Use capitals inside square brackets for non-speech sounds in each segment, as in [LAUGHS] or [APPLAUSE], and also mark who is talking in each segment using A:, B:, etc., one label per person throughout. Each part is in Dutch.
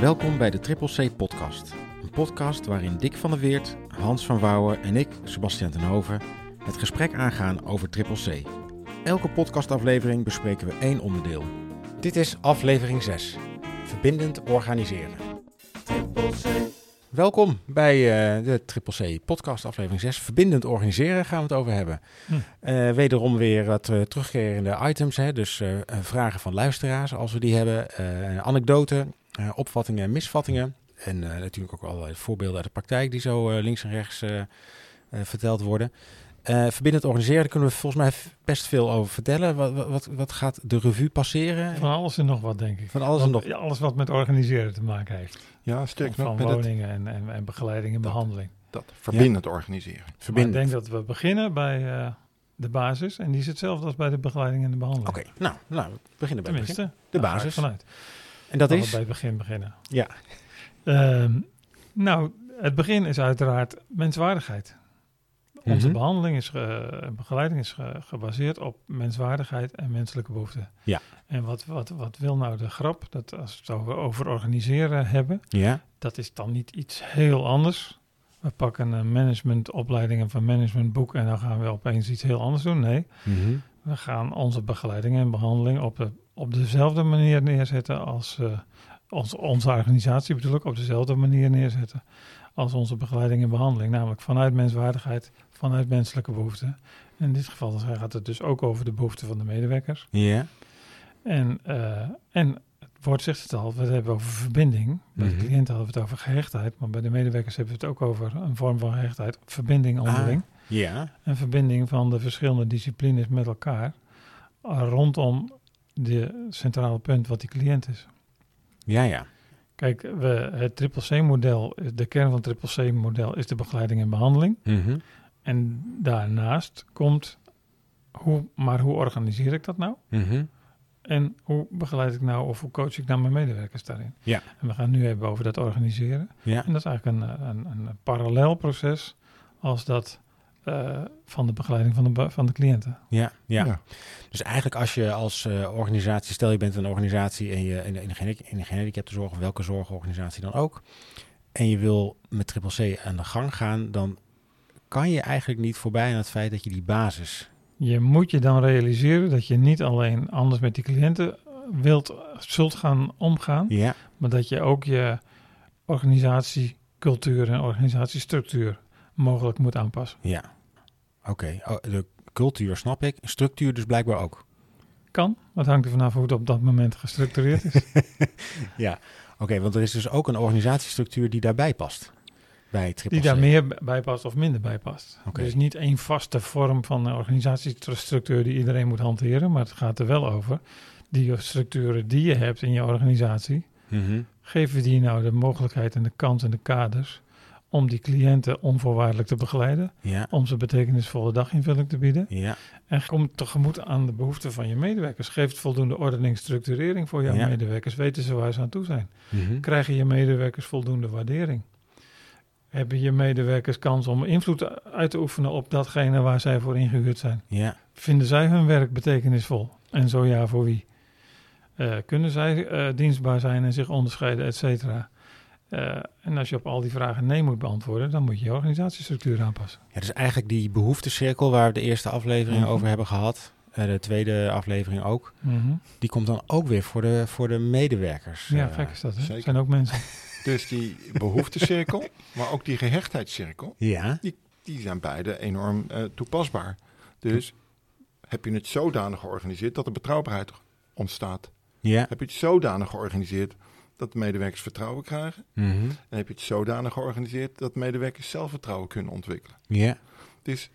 A: Welkom bij de Triple C Podcast. Een podcast waarin Dick van der Weert, Hans van Wouwen en ik, Sebastian Tenhoven, het gesprek aangaan over Triple C. Elke podcastaflevering bespreken we één onderdeel. Dit is aflevering 6. Verbindend organiseren. Welkom bij eh, de Triple C podcast aflevering 6. Verbindend organiseren gaan we het over hebben.
B: Hm.
A: Eh, wederom weer wat eh, terugkerende items. Hè? Dus eh, eh, vragen van luisteraars als we die hebben. eh, anekdoten, eh, opvattingen en misvattingen. En eh, natuurlijk ook allerlei voorbeelden uit de praktijk die zo eh, links en rechts eh, eh, verteld worden. Eh, verbindend organiseren, daar kunnen we volgens mij v- best veel over vertellen. Wat, wat- wat, wat gaat de revue passeren?
B: Van alles en nog wat, denk ik.
A: Van alles en
B: Want-
A: nog.
B: ja, alles wat met organiseren te maken heeft.
C: Ja, sterk nog
B: Van
C: met het,
B: woningen en, en, en begeleiding en
C: Dat-
B: behandeling.
C: dat verbindend organiseren.
B: Maar ik
A: Verbindend.
B: denk dat we beginnen bij eh, de basis. En die is hetzelfde als bij de begeleiding en de behandeling.
A: Oké, nou, nou, we beginnen bij het begin.
B: Tenminste,
A: De
B: daar ga ik
A: basis.
B: Vanuit.
A: En dat
B: Laten we
A: is?
B: bij het begin beginnen.
A: Ja.
B: Ehm, nou, het begin is uiteraard menswaardigheid. Onze
A: Mhm.
B: behandeling is ge- en begeleiding is ge- gebaseerd op menswaardigheid en menselijke behoeften.
A: Ja.
B: En wat, wat, wat wil nou de grap? Dat als we het over- over organiseren hebben,
A: Ja.
B: dat is dan niet iets heel anders. We pakken een managementopleiding en van managementboek en dan gaan we opeens iets heel anders doen. Nee,
A: Mhm.
B: we gaan onze begeleiding en behandeling op, de, op dezelfde manier neerzetten als eh, ons, onze organisatie bedoel ik, op dezelfde manier neerzetten als onze begeleiding en behandeling. Namelijk vanuit menswaardigheid, vanuit menselijke behoeften. In dit geval gaat het dus ook over de behoeften van de medewerkers.
A: Ja.
B: En, eh, en het woord zegt het al, we hebben het over verbinding. Bij
A: Mhm.
B: de cliënten hadden we het over gehechtheid, maar bij de medewerkers hebben we het ook over een vorm van gehechtheid, verbinding onderling
A: Ja.
B: een verbinding van de verschillende disciplines met elkaar eh, rondom de centrale punt wat die cliënt is.
A: Ja, ja.
B: Kijk, we, het triple C-model, de kern van het triple C-model is de begeleiding en behandeling.
A: Mhm.
B: En daarnaast komt, hoe, maar hoe organiseer ik dat nou?
A: Mhm.
B: En hoe begeleid ik nou of hoe coach ik nou mijn medewerkers daarin?
A: Ja.
B: En we gaan het nu hebben over dat organiseren.
A: Ja.
B: En dat is eigenlijk een, eh, een, een parallel proces als dat eh, van de begeleiding van de, be- van de cliënten.
A: Ja, ja,
C: Ja.
A: Dus eigenlijk als je als eh, organisatie, stel je bent een organisatie en je in, in, de gehandicap- in de gehandicaptenzorg, of welke zorgorganisatie dan ook, en je wil met triple C aan de gang gaan, dan kan je eigenlijk niet voorbij aan het feit dat je die basis.
B: Je moet je dan realiseren dat je niet alleen anders met die cliënten eh, wilt, zult gaan omgaan,
A: Ja,
B: maar dat je ook je organisatiecultuur en organisatiestructuur mogelijk moet aanpassen.
A: ja. Oké, Oh, de cultuur snap ik, structuur dus blijkbaar ook.
B: Kan, dat hangt er vanaf hoe het op dat moment gestructureerd is.
A: Oké, want er is dus ook een organisatiestructuur die daarbij past. Bij triple
B: Die
A: C.
B: daar meer b- bij past of minder bij past.
A: eh, Oké.
B: Dus niet één vaste vorm van een organisatiestructuur die iedereen moet hanteren, maar het gaat er wel over. Die structuren die je hebt in je organisatie,
A: Mhm.
B: geven die nou de mogelijkheid en de kans en de kaders om die cliënten onvoorwaardelijk te begeleiden,
A: Ja,
B: om ze betekenisvolle daginvulling te bieden
A: ja,
B: en komt tegemoet aan de behoeften van je medewerkers. Geeft voldoende ordening, structurering voor jouw
A: Ja.
B: medewerkers, weten ze waar ze aan toe zijn.
A: Mhm.
B: Krijgen je medewerkers voldoende waardering? Hebben je medewerkers kans om invloed uit te oefenen op datgene waar zij voor ingehuurd zijn?
A: ja,
B: Vinden zij hun werk betekenisvol? En zo ja, voor wie? Eh, kunnen zij eh, dienstbaar zijn en zich onderscheiden, et cetera? Eh, en als je op al die vragen nee moet beantwoorden, dan moet je je organisatiestructuur aanpassen.
A: Ja, dus eigenlijk die behoeftecirkel waar we de eerste aflevering
B: Mhm.
A: over hebben gehad, eh, de tweede aflevering ook, die komt dan ook weer voor de, voor de medewerkers.
B: Ja,
A: eh.
B: gek is dat. Hè?
C: zeker.
B: zijn ook mensen.
C: Dus die behoeftecirkel, [LAUGHS] maar ook die gehechtheidscirkel,
A: Ja,
C: die zijn beide enorm eh, toepasbaar. Dus heb je het zodanig georganiseerd dat er betrouwbaarheid ontstaat?
A: ja.
C: Heb je het zodanig georganiseerd dat de medewerkers vertrouwen krijgen?
A: mhm,
C: En heb je het zodanig georganiseerd dat medewerkers zelfvertrouwen kunnen ontwikkelen?
A: Ja,
C: Dus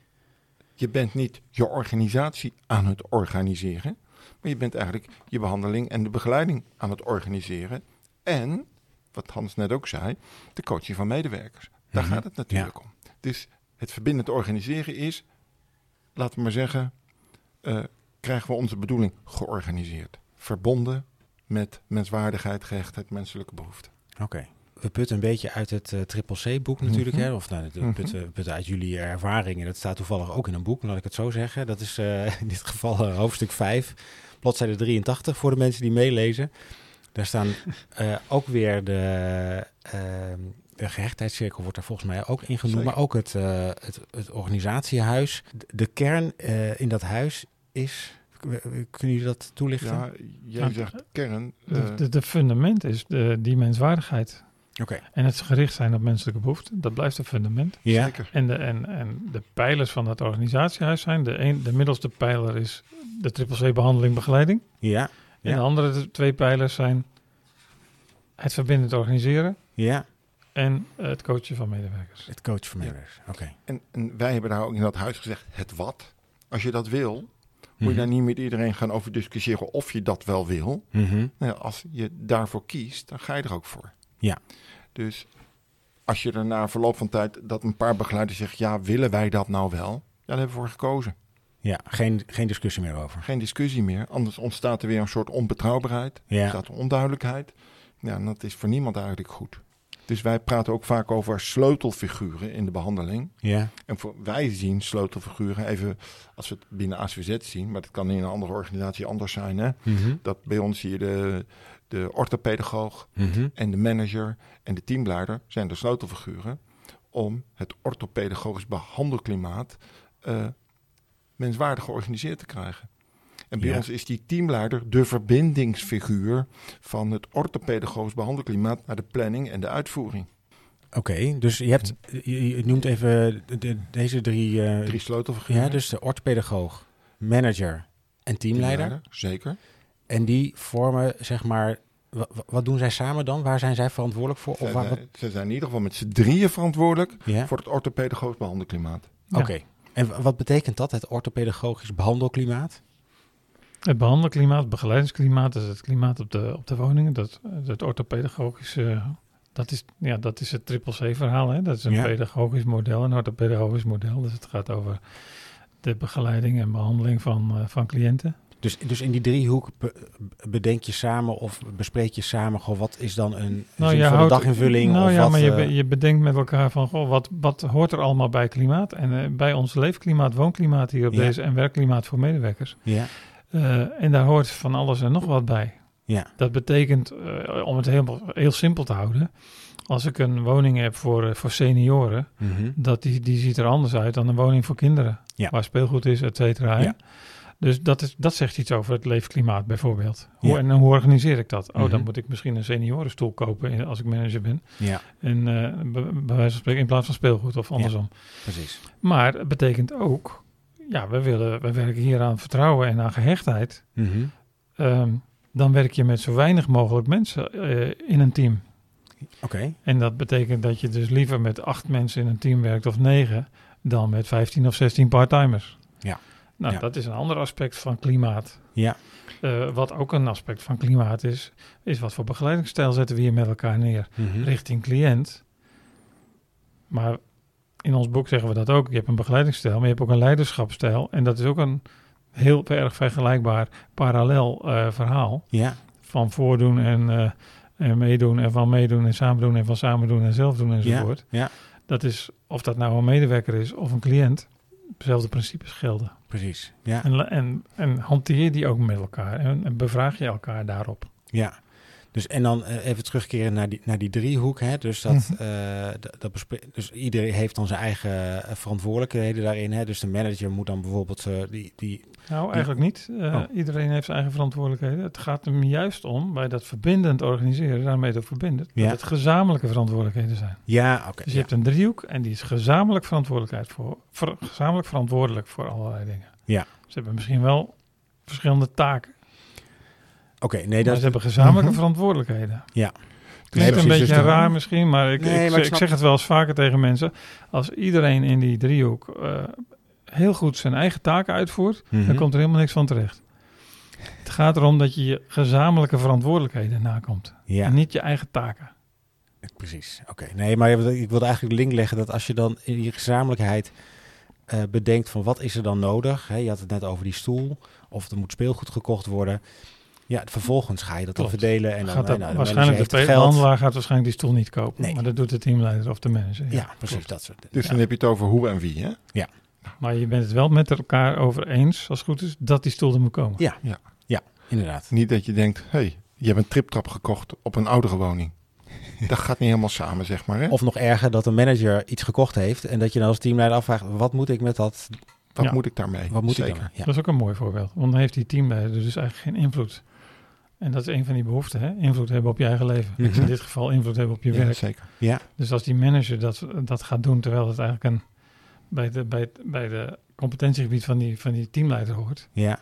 C: je bent niet je organisatie aan het organiseren, maar je bent eigenlijk je behandeling en de begeleiding aan het organiseren. En, wat Hans net ook zei, de coaching van medewerkers. Daar
A: Mhm,
C: gaat het natuurlijk om. Dus het verbindend organiseren is, laten we maar zeggen, eh, krijgen we onze bedoeling georganiseerd. Verbonden met menswaardigheid, gehechtheid, menselijke behoeften.
A: oké. We putten een beetje uit het eh, Triple C-boek natuurlijk,
C: Mhm.
A: hè? of nou, we
C: Mhm.
A: putten, we putten uit jullie ervaringen. Dat staat toevallig ook in een boek, laat ik het zo zeggen. Dat [LAUGHS] is eh, in dit geval eh, hoofdstuk 5, bladzijde 83, voor de mensen die meelezen. Daar
C: [LAUGHS]
A: staan eh, ook weer de, ehm, de gehechtheidscirkel wordt daar volgens mij ook in genoemd.
C: Zeker.
A: Maar ook het, eh, het, het organisatiehuis. De, de kern eh, in dat huis is... Kunnen jullie dat toelichten?
C: Ja, jij
B: Ja.
C: zegt kern.
B: De,
C: eh,
B: de, de fundament is de, die menswaardigheid.
A: Oké.
B: En het gericht zijn op menselijke behoeften. Dat blijft het fundament.
A: Ja.
C: Zeker.
B: En de, en, en de pijlers van dat organisatiehuis zijn... De, een, de middelste pijler is de triple C behandeling begeleiding.
A: Ja. Ja.
B: En de andere twee pijlers zijn het verbindend organiseren...
A: Ja.
B: en eh, het coachen van medewerkers.
A: Het coach van medewerkers. Oké.
C: En, en wij hebben daar ook in dat huis gezegd, het wat. Als je dat wil, moet je
A: Mhm.
C: daar niet met iedereen gaan over discussiëren of je dat wel wil.
A: Mhm.
C: Nou ja, als je daarvoor kiest, dan ga je er ook voor.
A: Ja.
C: Dus als je er na verloop van tijd dat een paar begeleiders zegt, ja, willen wij dat nou wel? Ja, daar hebben we voor gekozen.
A: Ja, geen, geen discussie meer over.
C: Geen discussie meer, anders ontstaat er weer een soort onbetrouwbaarheid,
A: Ja.
C: ontstaat er onduidelijkheid. Ja, en dat is voor niemand eigenlijk goed. Dus wij praten ook vaak over sleutelfiguren in de behandeling.
A: Ja.
C: En voor, wij zien sleutelfiguren even, als we het binnen ACVZ zien, maar dat kan in een andere organisatie anders zijn. Hè?
A: Mhm.
C: Dat bij ons zie je de, de orthopedagoog
A: Mhm.
C: en de manager en de teamleider zijn de sleutelfiguren om het orthopedagogisch behandelklimaat eh, menswaardig georganiseerd te krijgen. En bij
A: Ja.
C: ons is die teamleider de verbindingsfiguur van het orthopedagogisch behandelklimaat naar de planning en de uitvoering.
A: Oké, dus je hebt, je, je noemt even de- de- deze drie, eh,
C: Drie sleutelfiguren.
A: Ja, dus de orthopedagoog, manager en teamleider.
C: Zeker.
A: En die vormen, zeg maar, wa- wa- wat doen zij samen dan? Waar zijn zij verantwoordelijk voor? Of
C: Ze
A: waar, wat-
C: zijn, ze zijn in ieder geval met z'n drieën verantwoordelijk
A: ja?
C: voor het orthopedagogisch behandelklimaat.
A: Oké. En wa- wat betekent dat, het orthopedagogisch behandelklimaat?
B: Het behandelklimaat, het begeleidingsklimaat, dus het klimaat op de, op de woningen, dat, dat orthopedagogische, dat is, ja, dat is het triple C verhaal. Hè? Dat is een
A: Ja.
B: pedagogisch model, een orthopedagogisch model. Dus het gaat over de begeleiding en behandeling van, eh, van cliënten.
A: Dus, dus in die driehoek be- bedenk je samen of bespreek je samen, goh, wat is dan een
B: Nou,
A: zinvolle
B: houdt-
A: daginvulling?
B: Nou
A: of
B: ja,
A: wat,
B: maar je,
A: eh,
B: be- je bedenkt met elkaar van, goh, wat, wat hoort er allemaal bij klimaat? En eh, bij ons leefklimaat, woonklimaat hier op
A: Ja.
B: deze en werkklimaat voor medewerkers.
A: ja,
B: Eh, en daar hoort van alles en nog wat bij.
A: ja,
B: Dat betekent, eh, om het heel, heel simpel te houden, als ik een woning heb voor, eh, voor senioren,
A: mhm,
B: dat die, die ziet er anders uit dan een woning voor kinderen,
A: Ja.
B: waar speelgoed is, et cetera. hè?
A: Ja.
B: Dus dat, is, dat zegt iets over het leefklimaat bijvoorbeeld. Hoe,
A: Ja.
B: En hoe organiseer ik dat? Oh,
A: Mhm.
B: dan moet ik misschien een seniorenstoel kopen in- als ik manager ben.
A: ja,
B: En eh, bij- bij wijze van spreken in plaats van speelgoed of andersom.
A: precies.
B: Maar het betekent ook, ja, we, willen, we werken hier aan vertrouwen en aan gehechtheid.
A: Mhm.
B: Ehm, dan werk je met zo weinig mogelijk mensen eh, in een team.
A: Oké,
B: En dat betekent dat je dus liever met acht mensen in een team werkt of negen, dan met 15 of 16 part-timers.
A: Ja.
B: Nou,
A: Ja.
B: dat is een ander aspect van klimaat.
A: ja,
B: Eh, wat ook een aspect van klimaat is, is wat voor begeleidingsstijl zetten we hier met elkaar neer
A: mhm.
B: richting cliënt. Maar in ons boek zeggen we dat ook. Je hebt een begeleidingsstijl, maar je hebt ook een leiderschapsstijl. En dat is ook een heel erg vergelijkbaar parallel eh, verhaal
A: ja,
B: van voordoen en, eh, en meedoen en van meedoen en samen doen en van samen doen en zelf doen
A: ja,
B: enzovoort.
A: ja,
B: Dat is of dat nou een medewerker is of een cliënt, dezelfde principes gelden.
A: precies. Ja.
B: En, la- en, en hanteer die ook met elkaar en, en bevraag je elkaar daarop.
A: Ja, dus en dan eh, even terugkeren naar die, naar die driehoek. Hè? Dus, dat, eh, d- dat bespre- dus iedereen heeft dan zijn eigen eh, verantwoordelijkheden daarin. Hè? Dus de manager moet dan bijvoorbeeld eh, die, die.
B: Nou, eigenlijk niet. Eh,
A: Oh.
B: Iedereen heeft zijn eigen verantwoordelijkheden. Het gaat hem juist om bij dat verbindend organiseren, daarmee dat verbinden,
A: Ja.
B: dat het gezamenlijke verantwoordelijkheden zijn.
A: Ja, oké.
B: Dus je
A: ja.
B: hebt een driehoek en die is gezamenlijk, verantwoordelijkheid voor, ver- gezamenlijk verantwoordelijk voor allerlei dingen.
A: Ja.
B: Ze hebben misschien wel verschillende taken,
A: Oké, nee,
B: maar
A: dat
B: ze hebben gezamenlijke
C: Mhm.
B: verantwoordelijkheden.
A: Ja.
B: Klinkt
A: Nee,
B: een
A: precies,
B: beetje
A: dus de-
B: raar misschien, maar ik,
A: Nee,
B: ik,
A: maar ik
B: zeg- ik
A: snap-
B: zeg het wel eens vaker tegen mensen. Als iedereen in die driehoek eh, heel goed zijn eigen taken uitvoert,
A: Mhm.
B: dan komt er helemaal niks van terecht. Het gaat erom dat je je gezamenlijke verantwoordelijkheden nakomt
A: Ja,
B: en niet je eigen taken.
A: precies. Oké, nee, maar ik wilde eigenlijk de link leggen dat als je dan in die gezamenlijkheid eh, bedenkt van wat is er dan nodig. Hè? Je had het net over die stoel of er moet speelgoed gekocht worden. Ja, vervolgens ga je dat dan
B: Klopt.
A: verdelen en dan
B: gaat
A: eh,
B: dat,
A: nou, de
B: waarschijnlijk de
A: manager heeft het geld.
B: handelaar gaat waarschijnlijk die stoel niet kopen.
A: Nee.
B: Maar dat doet de teamleider of de manager. ja.
A: Ja, precies dat soort
C: Dus dan heb je het over hoe en wie, hè?
B: Maar je bent het wel met elkaar over eens, als het goed is, dat die stoel er moet komen.
A: Ja, inderdaad.
C: Niet dat je denkt, hé, hey, Je hebt een triptrap gekocht op een oudere
A: [LAUGHS]
C: woning. Dat gaat niet helemaal samen, zeg maar. Hè?
A: Of nog erger, dat een manager iets gekocht heeft en dat je dan als teamleider afvraagt, wat moet ik met dat,
C: Wat
B: Ja.
C: moet ik daarmee?
A: wat moet
C: Zeker.
A: ik dan? Ja.
B: Dat is ook een mooi voorbeeld. Want dan heeft die teamleider dus eigenlijk geen invloed. En dat is een van die behoeften, hè? invloed hebben op je eigen leven.
A: Mhm.
B: Dus in dit geval invloed hebben op je
C: Ja,
B: werk.
C: zeker.
B: Dus als die manager dat, dat gaat doen, terwijl het eigenlijk een, bij, de, bij, het- bij de competentiegebied van die, van die teamleider hoort,
A: ja,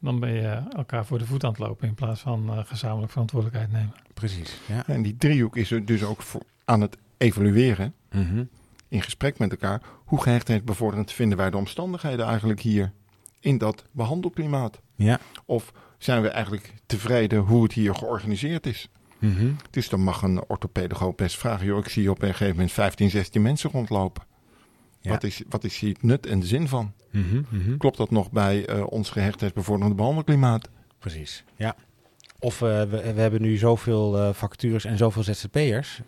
B: dan ben je elkaar voor de voet aan het lopen in plaats van eh, gezamenlijk verantwoordelijkheid nemen.
A: precies. Ja.
C: En die driehoek is er dus ook voor aan het evalueren
A: Mhm.
C: in gesprek met elkaar. Hoe gehechtheidsbevorderend vinden wij de omstandigheden eigenlijk hier in dat behandelklimaat?
A: Ja.
C: Of zijn we eigenlijk tevreden hoe het hier georganiseerd is?
A: Mhm.
C: Dus dan mag een orthopedagoog best vragen, joh, ik zie op een gegeven moment 15, 16 mensen rondlopen.
A: Ja.
C: Wat, is, wat is hier het nut en de zin van?
A: Mhm. Mhm.
C: Klopt dat nog bij eh, ons gehechtheidsbevorderende behandelklimaat?
A: Precies, ja. Of eh, we, we hebben nu zoveel eh vacatures en zoveel ZZP'ers.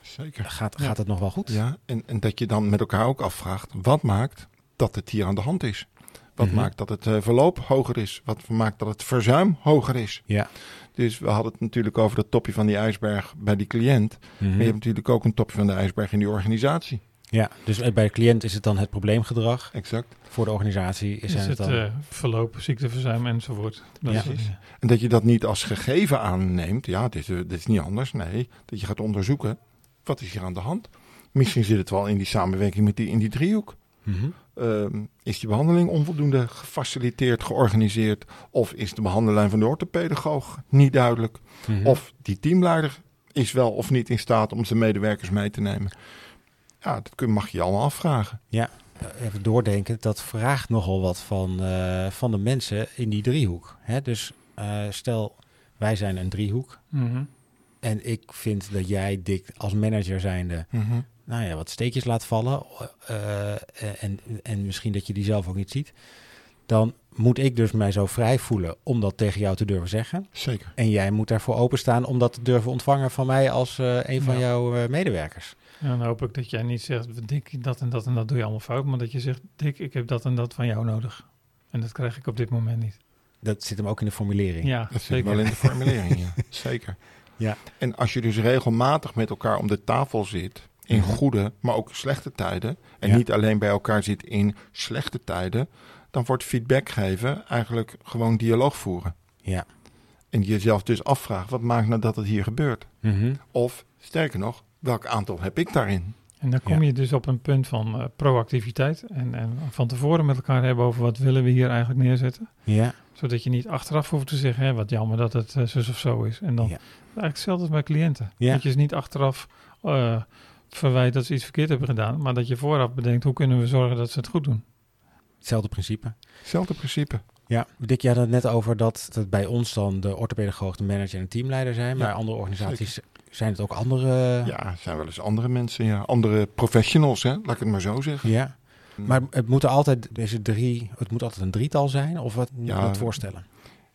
C: Zeker.
A: Gaat,
C: Ja.
A: gaat het nog wel goed?
C: Ja, en, en dat je dan met elkaar ook afvraagt, wat maakt dat het hier aan de hand is? Wat
A: Mhm.
C: maakt dat het eh, verloop hoger is? Wat maakt dat het verzuim hoger is?
A: Ja.
C: Dus we hadden het natuurlijk over dat topje van die ijsberg bij die cliënt.
A: Mhm.
C: Maar je hebt natuurlijk ook een topje van de ijsberg in die organisatie.
A: ja. Dus eh, bij de cliënt is het dan het probleemgedrag.
C: Exact.
A: Voor de organisatie is,
B: Is
A: het
B: het
A: dan...
B: eh, verloop, ziekteverzuim enzovoort. Dat
A: Ja.
B: soort dingen.
C: En dat je dat niet als gegeven aanneemt. Ja, dit, is- dit is niet anders. Nee, dat je gaat onderzoeken. Wat is hier aan de hand? Misschien zit het wel in die samenwerking met die, in die driehoek.
A: Mhm.
C: Ehm, is die behandeling onvoldoende gefaciliteerd, georganiseerd? Of is de behandeling van de orthopedagoog niet duidelijk?
A: Mhm.
C: Of die teamleider is wel of niet in staat om zijn medewerkers mee te nemen? Ja, dat kun, mag je je allemaal afvragen.
A: Eh, even doordenken, dat vraagt nogal wat van, eh, van de mensen in die driehoek. Hè? Dus eh, stel, wij zijn een driehoek.
B: Mhm.
A: En ik vind dat jij, Dick, als manager zijnde, nou ja, wat steekjes laat vallen. eh, en, en misschien dat je die zelf ook niet ziet. Dan moet ik dus mij zo vrij voelen om dat tegen jou te durven zeggen.
C: Zeker.
A: En jij moet daarvoor openstaan om dat te durven ontvangen van mij als eh, een van
B: Ja.
A: jouw eh, medewerkers.
B: En dan hoop ik dat jij niet zegt, Dick, dat en dat en dat doe je allemaal fout. Maar dat je zegt, Dick, ik heb dat en dat van jou nodig. En dat krijg ik op dit moment niet.
A: Dat zit hem ook in de formulering.
B: Ja,
C: Dat zit
B: zeker.
C: wel in de formulering,
A: [LAUGHS]
C: ja. Zeker.
A: Ja.
C: En als je dus regelmatig met elkaar om de tafel zit, in
A: Mhm.
C: goede, maar ook slechte tijden, en
A: Ja.
C: niet alleen bij elkaar zit in slechte tijden, dan wordt feedback geven eigenlijk gewoon dialoog voeren.
A: Ja.
C: En jezelf dus afvragen, wat maakt nou dat het hier gebeurt?
A: Mhm.
C: Of, sterker nog, welk aantal heb ik daarin?
B: En dan kom
A: Ja.
B: je dus op een punt van eh, proactiviteit. En, en van tevoren met elkaar hebben over wat willen we hier eigenlijk neerzetten.
A: ja.
B: Zodat je niet achteraf hoeft te zeggen, hè, wat jammer dat het eh, zus of zo is. En dan
A: Ja.
B: eigenlijk hetzelfde als bij cliënten.
A: Ja.
B: Dat je ze niet achteraf eh, verwijt dat ze iets verkeerd hebben gedaan. Maar dat je vooraf bedenkt, hoe kunnen we zorgen dat ze het goed doen.
A: Hetzelfde principe.
C: Hetzelfde principe.
A: Ja, Dick, je had het net over dat het bij ons dan de orthopedagoog, de manager en de teamleider zijn. Maar
C: Ja,
A: andere organisaties zijn het ook andere...
C: Ja, er zijn wel eens andere mensen, ja. andere professionals, hè? laat ik het maar zo zeggen.
A: Ja. Maar het moeten altijd deze drie, het moet altijd een drietal zijn? Of wat moet je
C: Ja.
A: dat voorstellen?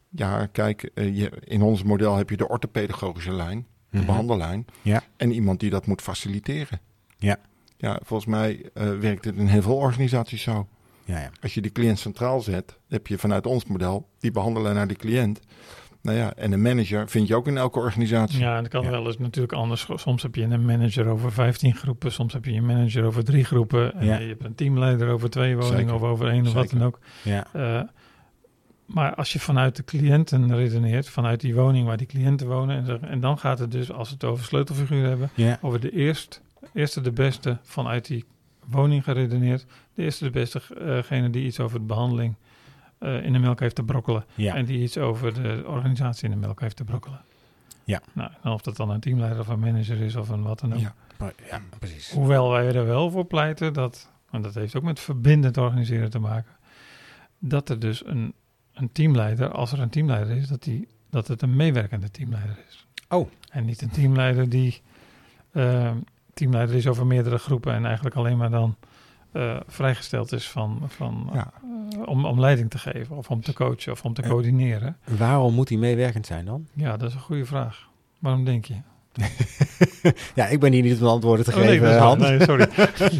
C: Ja, kijk, eh, je, in ons model heb je de orthopedagogische lijn. de behandellijn.
A: Mhm. Ja.
C: En iemand die dat moet faciliteren.
A: Ja.
C: Ja, volgens mij eh, werkt het in heel veel organisaties zo.
A: Ja, ja.
C: Als je de cliënt centraal zet, heb je vanuit ons model die behandelaar naar de cliënt. Nou ja, en een manager vind je ook in elke organisatie.
B: Ja, en dat kan
A: Ja.
B: wel eens natuurlijk anders. Soms heb je een manager over 15 groepen, soms heb je een manager over drie groepen. En
A: Ja.
B: je hebt een teamleider over twee woningen
C: Zeker.
B: of over één of wat
C: Zeker.
B: dan ook.
A: ja.
B: Eh, maar als je vanuit de cliënten redeneert, vanuit die woning waar die cliënten wonen, en, zeg- en dan gaat het dus, als we het over sleutelfiguren hebben,
A: ja.
B: over de eerst, eerste de beste vanuit die woning geredeneerd, de eerste de beste, eh, gene die iets over de behandeling eh, in de melk heeft te brokkelen.
A: Ja.
B: En die iets over de organisatie in de melk heeft te brokkelen.
A: Ja.
B: Nou, en of dat dan een teamleider of een manager is of een wat dan ook.
C: Ja.
A: Maar- ja, precies.
B: Hoewel wij er wel voor pleiten dat, en dat heeft ook met verbindend organiseren te maken, dat er dus een, een teamleider, als er een teamleider is, dat, die, dat het een meewerkende teamleider is.
A: Oh.
B: En niet een teamleider die eh, teamleider is over meerdere groepen en eigenlijk alleen maar dan eh, vrijgesteld is van, van,
C: Ja.
B: eh, om, om leiding te geven of om te coachen of om te
C: Ja.
B: coördineren.
A: Waarom moet die meewerkend zijn dan?
B: Ja, dat is een goede vraag. Waarom denk je?
A: Ja, ik ben hier niet om de antwoorden te
B: Oh,
A: geven,
B: dat is waar.
A: Han.
B: Nee, sorry.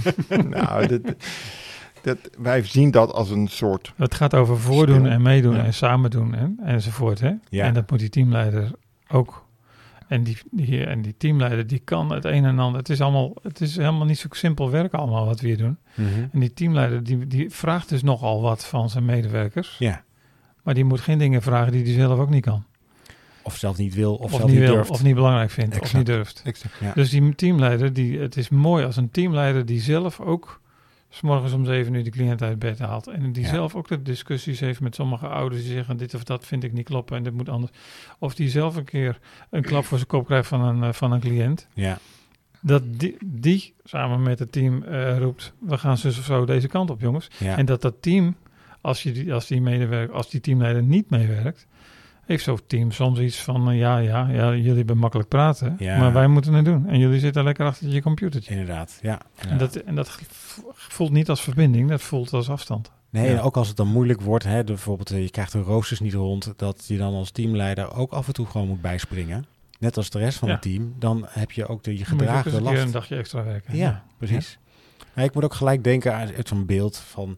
C: [LAUGHS] nou, dat, dat, wij zien dat als een soort.
B: Het gaat over voordoen
C: Speel.
B: en meedoen
C: Ja.
B: en samen doen en, enzovoort. Hè?
A: Ja.
B: En dat moet die teamleider ook. En die, die, en die teamleider die kan het een en ander. Het is, allemaal, het is helemaal niet zo simpel werk allemaal wat we hier doen.
A: Mhm.
B: En die teamleider die, die vraagt dus nogal wat van zijn medewerkers.
A: Ja.
B: Maar die moet geen dingen vragen die hij zelf ook niet kan.
A: Of zelf niet wil, of,
B: Of,
A: zelf
B: niet
A: niet
B: wil,
A: durft.
B: of niet belangrijk vindt,
A: Exact.
B: of niet durft.
C: Exact.
A: Ja.
B: Dus die teamleider, die, het is mooi als een teamleider die zelf ook... S morgens om zeven uur de cliënt uit bed haalt. En die
A: Ja.
B: zelf ook de discussies heeft met sommige ouders die zeggen... dit of dat vind ik niet kloppen en dit moet anders. Of die zelf een keer een
A: [CLEARS THROAT]
B: klap voor zijn kop krijgt van een, eh, van een cliënt.
A: Ja,
B: dat die, die samen met het team eh, roept: we gaan zus of zo deze kant op, jongens.
A: ja.
B: En dat dat team, als, je die, als, die medewerker, als die teamleider niet meewerkt, heeft zo'n team soms iets van: eh, ja, ja, ja, jullie hebben makkelijk praten,
A: Ja.
B: maar wij moeten het doen. En jullie zitten lekker achter je computertje.
A: inderdaad. Ja.
B: En, dat, en dat voelt niet als verbinding, dat voelt als afstand.
A: Nee,
B: Ja.
A: en ook als het dan moeilijk wordt, hè, de- bijvoorbeeld eh, je krijgt de roosters niet rond, dat je dan als teamleider ook af en toe gewoon moet bijspringen. Net als de rest van
B: Ja.
A: het team, dan heb je ook de je
B: Dan moet je ook eens
A: gedragen
B: een keer een
A: last.
B: dagje extra werken.
A: Ja, precies. Maar ik moet ook gelijk denken aan uit zo'n beeld van,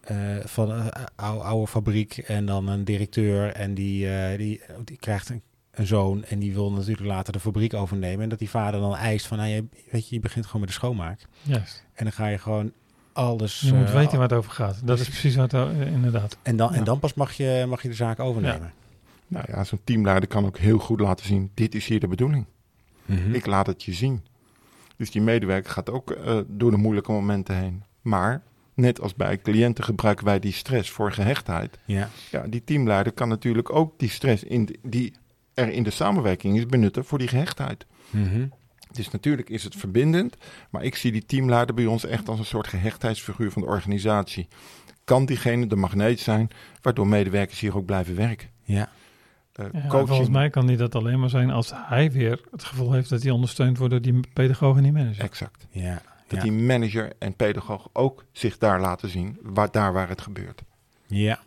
A: eh, van een ou- oude fabriek en dan een directeur en die, eh, die, die krijgt een, een zoon en die wil natuurlijk later de fabriek overnemen. En dat die vader dan eist van, nou, je, weet je, je begint gewoon met de schoonmaak.
B: Juist.
A: En dan ga je gewoon alles...
B: Je moet
A: eh,
B: weten waar het over gaat. Dat is precies wat, eh, inderdaad.
A: en dan, en
C: Ja.
A: dan pas mag je, mag je de zaak overnemen.
C: Nou ja, zo'n teamleider kan ook heel goed laten zien, dit is hier de bedoeling.
B: Hm.
A: Mhm.
C: Ik laat het je zien. Dus die medewerker gaat ook eh, door de moeilijke momenten heen. Maar, net als bij cliënten gebruiken wij die stress voor gehechtheid.
A: Ja,
C: Ja, die teamleider kan natuurlijk ook die stress in de- die er in de samenwerking is benutten voor die gehechtheid.
A: Mhm.
C: Dus natuurlijk is het verbindend, maar ik zie die teamleider bij ons echt als een soort gehechtheidsfiguur van de organisatie. Kan diegene de magneet zijn waardoor medewerkers hier ook blijven werken?
A: ja.
C: Eh,
B: Ja, en
C: coaching.
B: volgens mij kan die dat alleen maar zijn als hij weer het gevoel heeft dat hij ondersteund wordt door die pedagoog en die manager.
C: Exact.
A: ja.
C: Dat
A: Ja.
C: die manager en pedagoog ook zich daar laten zien, waar, daar waar het gebeurt.
A: Ja.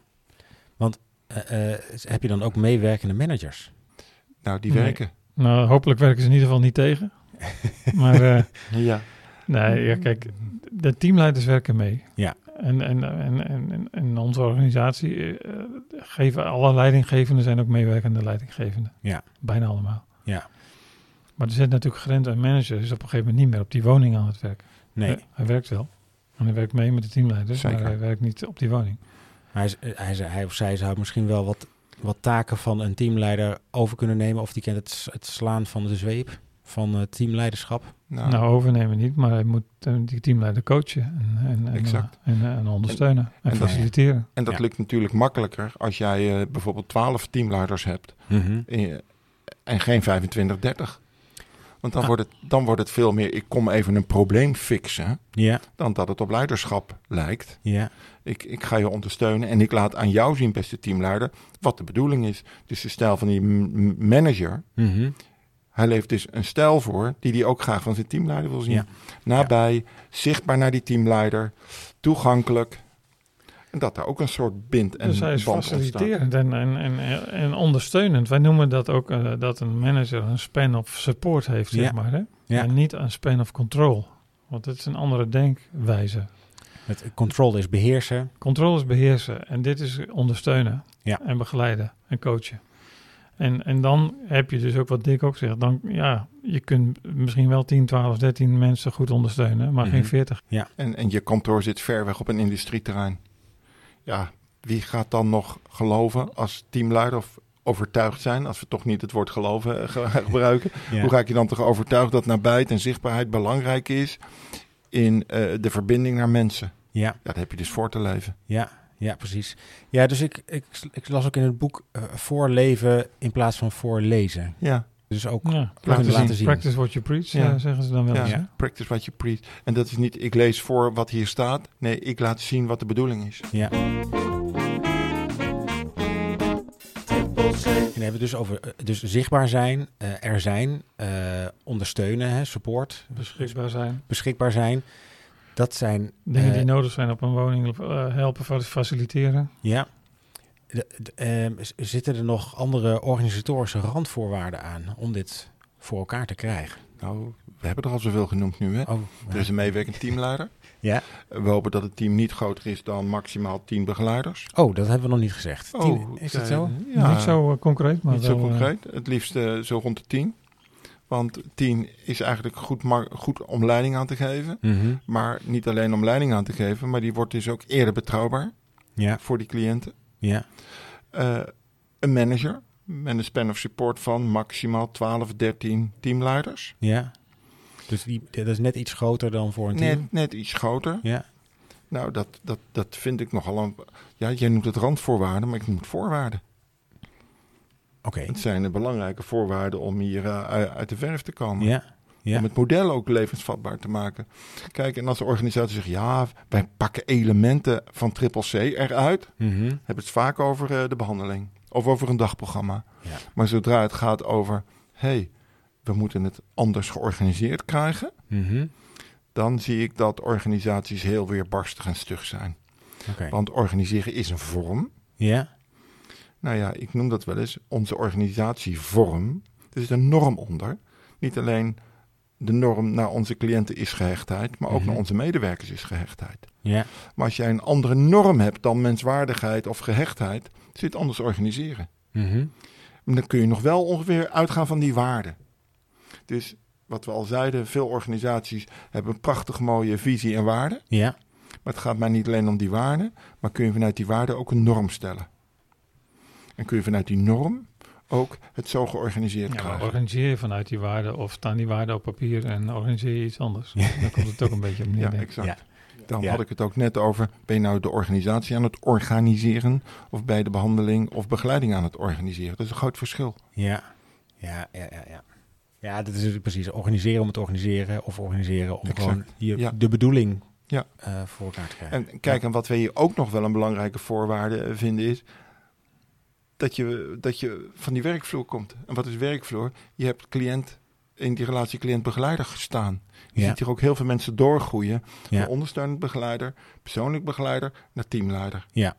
A: Want eh, eh, heb je dan ook meewerkende managers?
C: Nou, die
B: Nee.
C: werken.
B: Nou, hopelijk werken ze in ieder geval niet
A: [LAUGHS]
B: tegen. maar eh,
C: Ja.
B: nee, ja, kijk, de teamleiders werken mee.
A: Ja.
B: En, en, en, en, en, en onze organisatie eh, eh, geven alle leidinggevenden zijn ook meewerkende leidinggevenden.
A: Ja.
B: Bijna allemaal.
A: Ja.
B: Maar er zit natuurlijk grens en manager is op een gegeven moment niet meer op die woning aan het werk.
A: Nee.
B: Hij, hij werkt wel. En hij werkt mee met de teamleiders,
C: Zeker.
B: maar hij werkt niet op die woning.
A: Hij, is- eh, hij, is- hij of zij zou misschien wel wat, wat taken van een teamleider over kunnen nemen. Of die kent het, s- het slaan van de zweep van eh, teamleiderschap.
C: Nou,
B: Nou, overnemen niet, maar hij moet eh, die teamleider coachen en, en, en,
C: Exact.
B: eh, en, eh, en ondersteunen en,
C: en
A: dat-
B: faciliteren.
C: en dat
A: Ja.
C: lukt natuurlijk makkelijker als jij eh, bijvoorbeeld 12 teamleiders hebt
B: Mhm.
C: eh, en geen 25, 30. Want dan,
A: Ah.
C: wordt het, dan wordt het veel meer, ik kom even een probleem fixen,
A: Ja,
C: dan dat het op leiderschap lijkt.
A: ja,
C: Ik, ik ga je ondersteunen en ik laat aan jou zien, beste teamleider, wat de bedoeling is. Dus de stijl van die m- m- manager,
A: Mhm.
C: Hij leeft dus een stijl voor die hij ook graag van zijn teamleider wil zien.
A: Ja.
C: Nabij, zichtbaar naar die teamleider, toegankelijk. En dat daar ook een soort bind en
B: dus hij is
C: band ontstaat.
B: faciliterend en, en, en, en ondersteunend. Wij noemen dat ook eh, dat een manager een span of support heeft, zeg
A: Ja.
B: maar. Hè?
A: Ja.
B: En niet een span of control. Want dat is een andere denkwijze.
A: Het control is beheersen.
B: Controle is beheersen en dit is ondersteunen
A: Ja.
B: en begeleiden en coachen. En, en dan heb je dus ook wat Dick ook zegt. Dan, ja, je kunt misschien wel 10, 12, 13 mensen goed ondersteunen, maar geen
A: Mhm.
B: 40.
C: En, en je kantoor zit ver weg op een industrieterrein. Ja, wie gaat dan nog geloven als teamleider of overtuigd zijn, als we toch niet het woord geloven eh, ge- [LAUGHS] gebruiken.
A: Ja.
C: Hoe raak je dan toch overtuigd dat nabijheid en zichtbaarheid belangrijk is in eh, de verbinding naar mensen?
A: ja.
C: Ja, dat heb je dus voor te leven.
A: Ja, ja, precies. Ja, dus ik, ik, ik las ook in het boek eh, voorleven in plaats van voorlezen.
C: Ja.
A: Dus ook,
B: Ja,
A: laten
B: practice,
A: zien.
B: practice what you preach,
C: Ja.
B: eh, zeggen ze dan wel
C: Ja,
B: eens. hè?
C: practice what you preach. En dat is niet, ik lees voor wat hier staat. Nee, ik laat zien wat de bedoeling is.
A: en dan hebben we het dus over eh, dus zichtbaar zijn, eh, er zijn, eh, ondersteunen, hè, support,
B: Beschikbaar zijn.
A: beschikbaar zijn. Dat zijn,
B: Dingen die
A: Eh,
B: nodig zijn op een woning, eh, helpen, fa- faciliteren.
A: ja. De- de- ehm, z- zitten er nog andere organisatorische randvoorwaarden aan om dit voor elkaar te krijgen?
C: Nou, we hebben er al zoveel genoemd nu. Hè?
A: Oh,
C: Er is een meewerkend teamleider. Eh,
A: Ja.
C: We hopen dat het team niet groter is dan maximaal 10 begeleiders.
A: oh, dat hebben we nog niet gezegd. Tien-
C: Oh,
A: is dat
C: eh,
A: zo?
C: Ja,
B: Niet zo eh, concreet, maar
C: niet zo
B: wel, eh,
C: concreet. Het liefst eh, zo rond de 10. Want 10 is eigenlijk goed, mar- goed om leiding aan te geven.
A: Mhm.
C: Maar niet alleen om leiding aan te geven, maar die wordt dus ook eerder betrouwbaar
A: Ja,
C: voor die cliënten.
A: ja.
C: Eh, een manager met een span of support van maximaal 12, 13 teamleiders.
A: Ja. Dus die, dat is net iets groter dan voor een team.
C: Net, net iets groter.
A: Ja.
C: Nou, dat, dat, dat vind ik nogal een... Ja, jij noemt het randvoorwaarden, maar ik noem het voorwaarden.
A: Oké.
C: Het zijn de belangrijke voorwaarden om hier eh, u- uit de verf te komen.
A: Ja. Ja.
C: Om het model ook levensvatbaar te maken. Kijk, en als de organisatie zegt... ja, wij pakken elementen van triple C eruit...
A: Mhm.
C: hebben het vaak over eh, de behandeling. Of over een dagprogramma.
A: Ja.
C: Maar zodra het gaat over... hé, hey, we moeten het anders georganiseerd krijgen...
A: Mhm.
C: dan zie ik dat organisaties heel weerbarstig en stug zijn.
A: Oké.
C: Want organiseren is een vorm.
A: Ja.
C: Nou ja, ik noem dat wel eens onze organisatievorm. Er zit een norm onder. Niet alleen de norm naar onze cliënten is gehechtheid, maar ook
A: Mhm.
C: naar onze medewerkers is gehechtheid.
A: Ja.
C: Maar als jij een andere norm hebt dan menswaardigheid of gehechtheid, zit anders organiseren.
A: Mhm.
C: Maar dan kun je nog wel ongeveer uitgaan van die waarden. Dus wat we al zeiden, veel organisaties hebben een prachtig mooie visie en waarden.
A: Ja.
C: Maar het gaat mij niet alleen om die waarden, maar kun je vanuit die waarden ook een norm stellen. En kun je vanuit die norm ook het zo georganiseerd
B: Ja, maar
C: krijgen.
B: organiseer je vanuit die waarden of staan die waarden op papier en organiseer je iets anders.
A: Ja.
B: Dan komt het ook een beetje
C: [LAUGHS]
B: op neer.
C: Ja,
B: denk ik.
C: exact.
A: Ja.
C: Dan
A: Ja.
C: had ik het ook net over, ben je nou de organisatie aan het organiseren of bij de behandeling of begeleiding aan het organiseren. Dat is een groot verschil.
A: Ja. Ja. Ja. Ja. ja. Ja, dat is het precies. Organiseren om het te organiseren of organiseren om
C: Exact.
A: gewoon je,
C: Ja.
A: de bedoeling
C: Ja.
A: eh, voor elkaar te krijgen.
C: En kijk, en wat wij hier ook nog wel een belangrijke voorwaarde eh, vinden is dat je, dat je van die werkvloer komt. En wat is werkvloer? Je hebt cliënt in die relatie cliënt-begeleider gestaan. Je
A: Ja.
C: ziet hier ook heel veel mensen doorgroeien.
A: Ja.
C: Van ondersteunend begeleider, persoonlijk begeleider naar teamleider.
A: Ja.